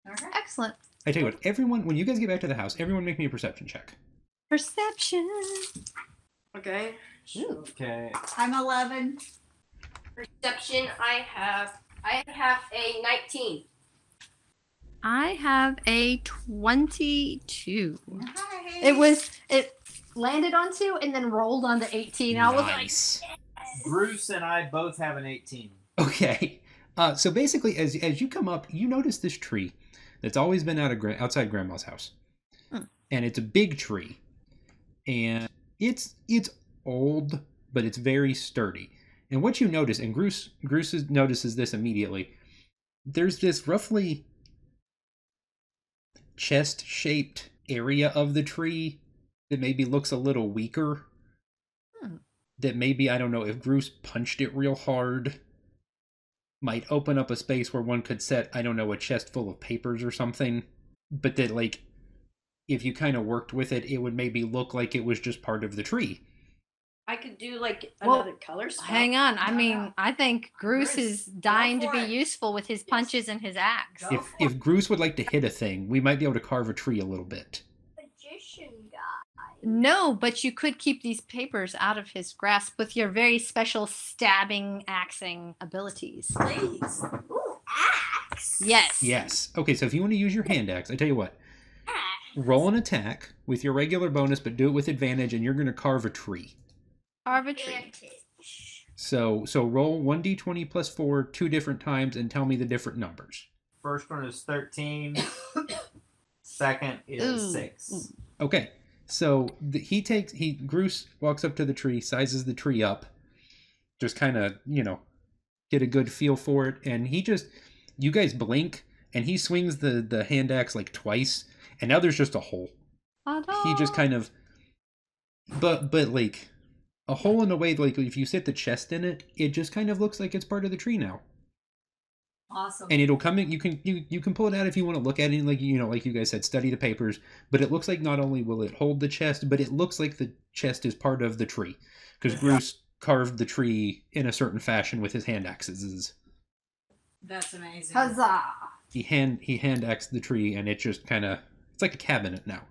[SPEAKER 5] All right.
[SPEAKER 3] Excellent.
[SPEAKER 1] I tell you what, everyone, when you guys get back to the house, everyone make me a perception check.
[SPEAKER 3] Perception.
[SPEAKER 7] Okay.
[SPEAKER 2] Okay.
[SPEAKER 5] I'm 11.
[SPEAKER 7] Perception I have I have a 19.
[SPEAKER 3] I have a 22.
[SPEAKER 5] Nice.
[SPEAKER 3] It was it landed on 2 and then rolled on to 18. I was like
[SPEAKER 1] nice.
[SPEAKER 2] Bruce and I both have an 18.
[SPEAKER 1] Okay. Uh, so basically, as as you come up, you notice this tree that's always been out of gra- outside Grandma's house,
[SPEAKER 3] Hmm.
[SPEAKER 1] and it's a big tree, and it's it's old, but it's very sturdy. And what you notice, and Groose Groose is- notices this immediately. There's this roughly chest shaped area of the tree that maybe looks a little weaker.
[SPEAKER 3] Hmm.
[SPEAKER 1] That maybe I don't know if Groose punched it real hard might open up a space where one could set, I don't know, a chest full of papers or something. But that, like, if you kind of worked with it, it would maybe look like it was just part of the tree.
[SPEAKER 7] I could do like
[SPEAKER 3] Well,
[SPEAKER 7] another color spell.
[SPEAKER 3] Hang on. I
[SPEAKER 5] No,
[SPEAKER 3] mean,
[SPEAKER 5] no.
[SPEAKER 3] I think Groose
[SPEAKER 5] Groose,
[SPEAKER 3] is dying to
[SPEAKER 5] for
[SPEAKER 3] be
[SPEAKER 5] it.
[SPEAKER 3] useful with his punches and his axe.
[SPEAKER 5] Go.
[SPEAKER 1] If if Groose would like to hit a thing, we might be able to carve a tree a little bit.
[SPEAKER 12] Magician guy.
[SPEAKER 3] No, but you could keep these papers out of his grasp with your very special stabbing, axing abilities.
[SPEAKER 5] Please.
[SPEAKER 12] Ooh, axe.
[SPEAKER 3] Yes.
[SPEAKER 1] Yes. Okay, so if you want to use your hand axe, I tell you what, roll an attack with your regular bonus, but do it with advantage, and you're going to carve a tree.
[SPEAKER 3] Carve a tree.
[SPEAKER 1] So so roll one d20 plus four two different times and tell me the different numbers.
[SPEAKER 2] First one is 13. Second is
[SPEAKER 3] Ooh.
[SPEAKER 2] 6.
[SPEAKER 1] Okay, so the, he takes he Groose walks up to the tree, sizes the tree up, just kind of you know get a good feel for it, and he just you guys blink, and he swings the the hand axe like twice, and now there's just a hole. He just kind of, but but like a hole in a way like if you sit the chest in it, it just kind of looks like it's part of the tree now,
[SPEAKER 5] Awesome.
[SPEAKER 1] and it'll come in. You can you you can pull it out if you want to look at it, and like you know like you guys said, study the papers. But it looks like not only will it hold the chest, but it looks like the chest is part of the tree because Bruce carved the tree in a certain fashion with his hand axes.
[SPEAKER 5] That's amazing.
[SPEAKER 3] Huzzah!
[SPEAKER 1] He hand he hand axed the tree, and it just kind of it's like a cabinet now.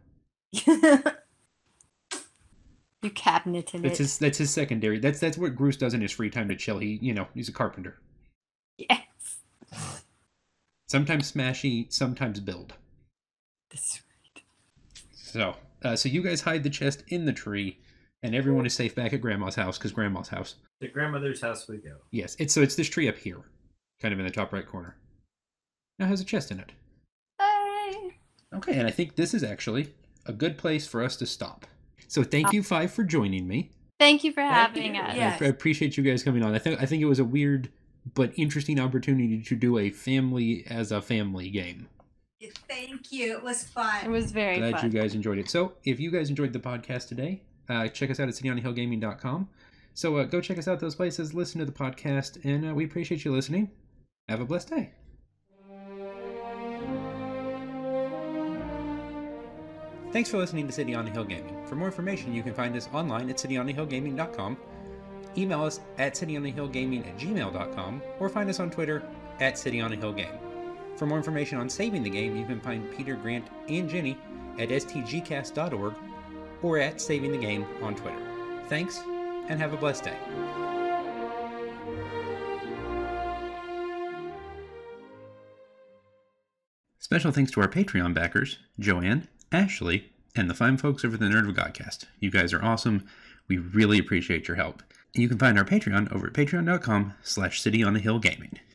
[SPEAKER 9] You cabineted
[SPEAKER 1] That's
[SPEAKER 9] it.
[SPEAKER 1] his. That's his secondary. That's that's what Groose does in his free time to chill. He, you know, he's a carpenter.
[SPEAKER 9] Yes.
[SPEAKER 1] Sometimes smashy, sometimes build.
[SPEAKER 9] That's
[SPEAKER 1] So, uh, so you guys hide the chest in the tree, and everyone is safe back at Grandma's house because Grandma's house.
[SPEAKER 2] To grandmother's house we go.
[SPEAKER 1] Yes, it's so it's this tree up here, kind of in the top right corner. Now has a chest in it.
[SPEAKER 9] Hey.
[SPEAKER 1] Okay, and I think this is actually a good place for us to stop. So
[SPEAKER 9] Uh,
[SPEAKER 1] thank you five for joining me.
[SPEAKER 3] Thank you for
[SPEAKER 2] Thank
[SPEAKER 3] having
[SPEAKER 2] you.
[SPEAKER 3] us.
[SPEAKER 1] I- I, appreciate you guys coming on. I think I think it was a weird but interesting opportunity to do a family as a family game.
[SPEAKER 5] Thank you. It was
[SPEAKER 3] It
[SPEAKER 5] fun.
[SPEAKER 3] was very
[SPEAKER 1] Glad
[SPEAKER 3] fun.
[SPEAKER 1] you guys enjoyed it. So, if you guys enjoyed the podcast today, uh, check us out at cityonhillgaming.com. So, uh, go check us out those places, listen to the podcast, and uh, we appreciate you listening. Have a blessed day. Thanks for listening to City on the Hill Gaming. For more information, you can find us online at cityonthehillgaming.com, email us at cityonthehillgaming at gmail.com, or find us on Twitter at cityonthehillgame. For more information on saving the game, you can find Peter, Grant, and Jenny at stgcast.org or at Saving the Game on Twitter. Thanks, and have a blessed day. Special thanks to our Patreon backers, Joanne, Ashley, and the fine folks over at the Nerd of Godcast. You guys are awesome. We really appreciate your help. You can find our Patreon over at patreon.com slash cityonthehillgaming.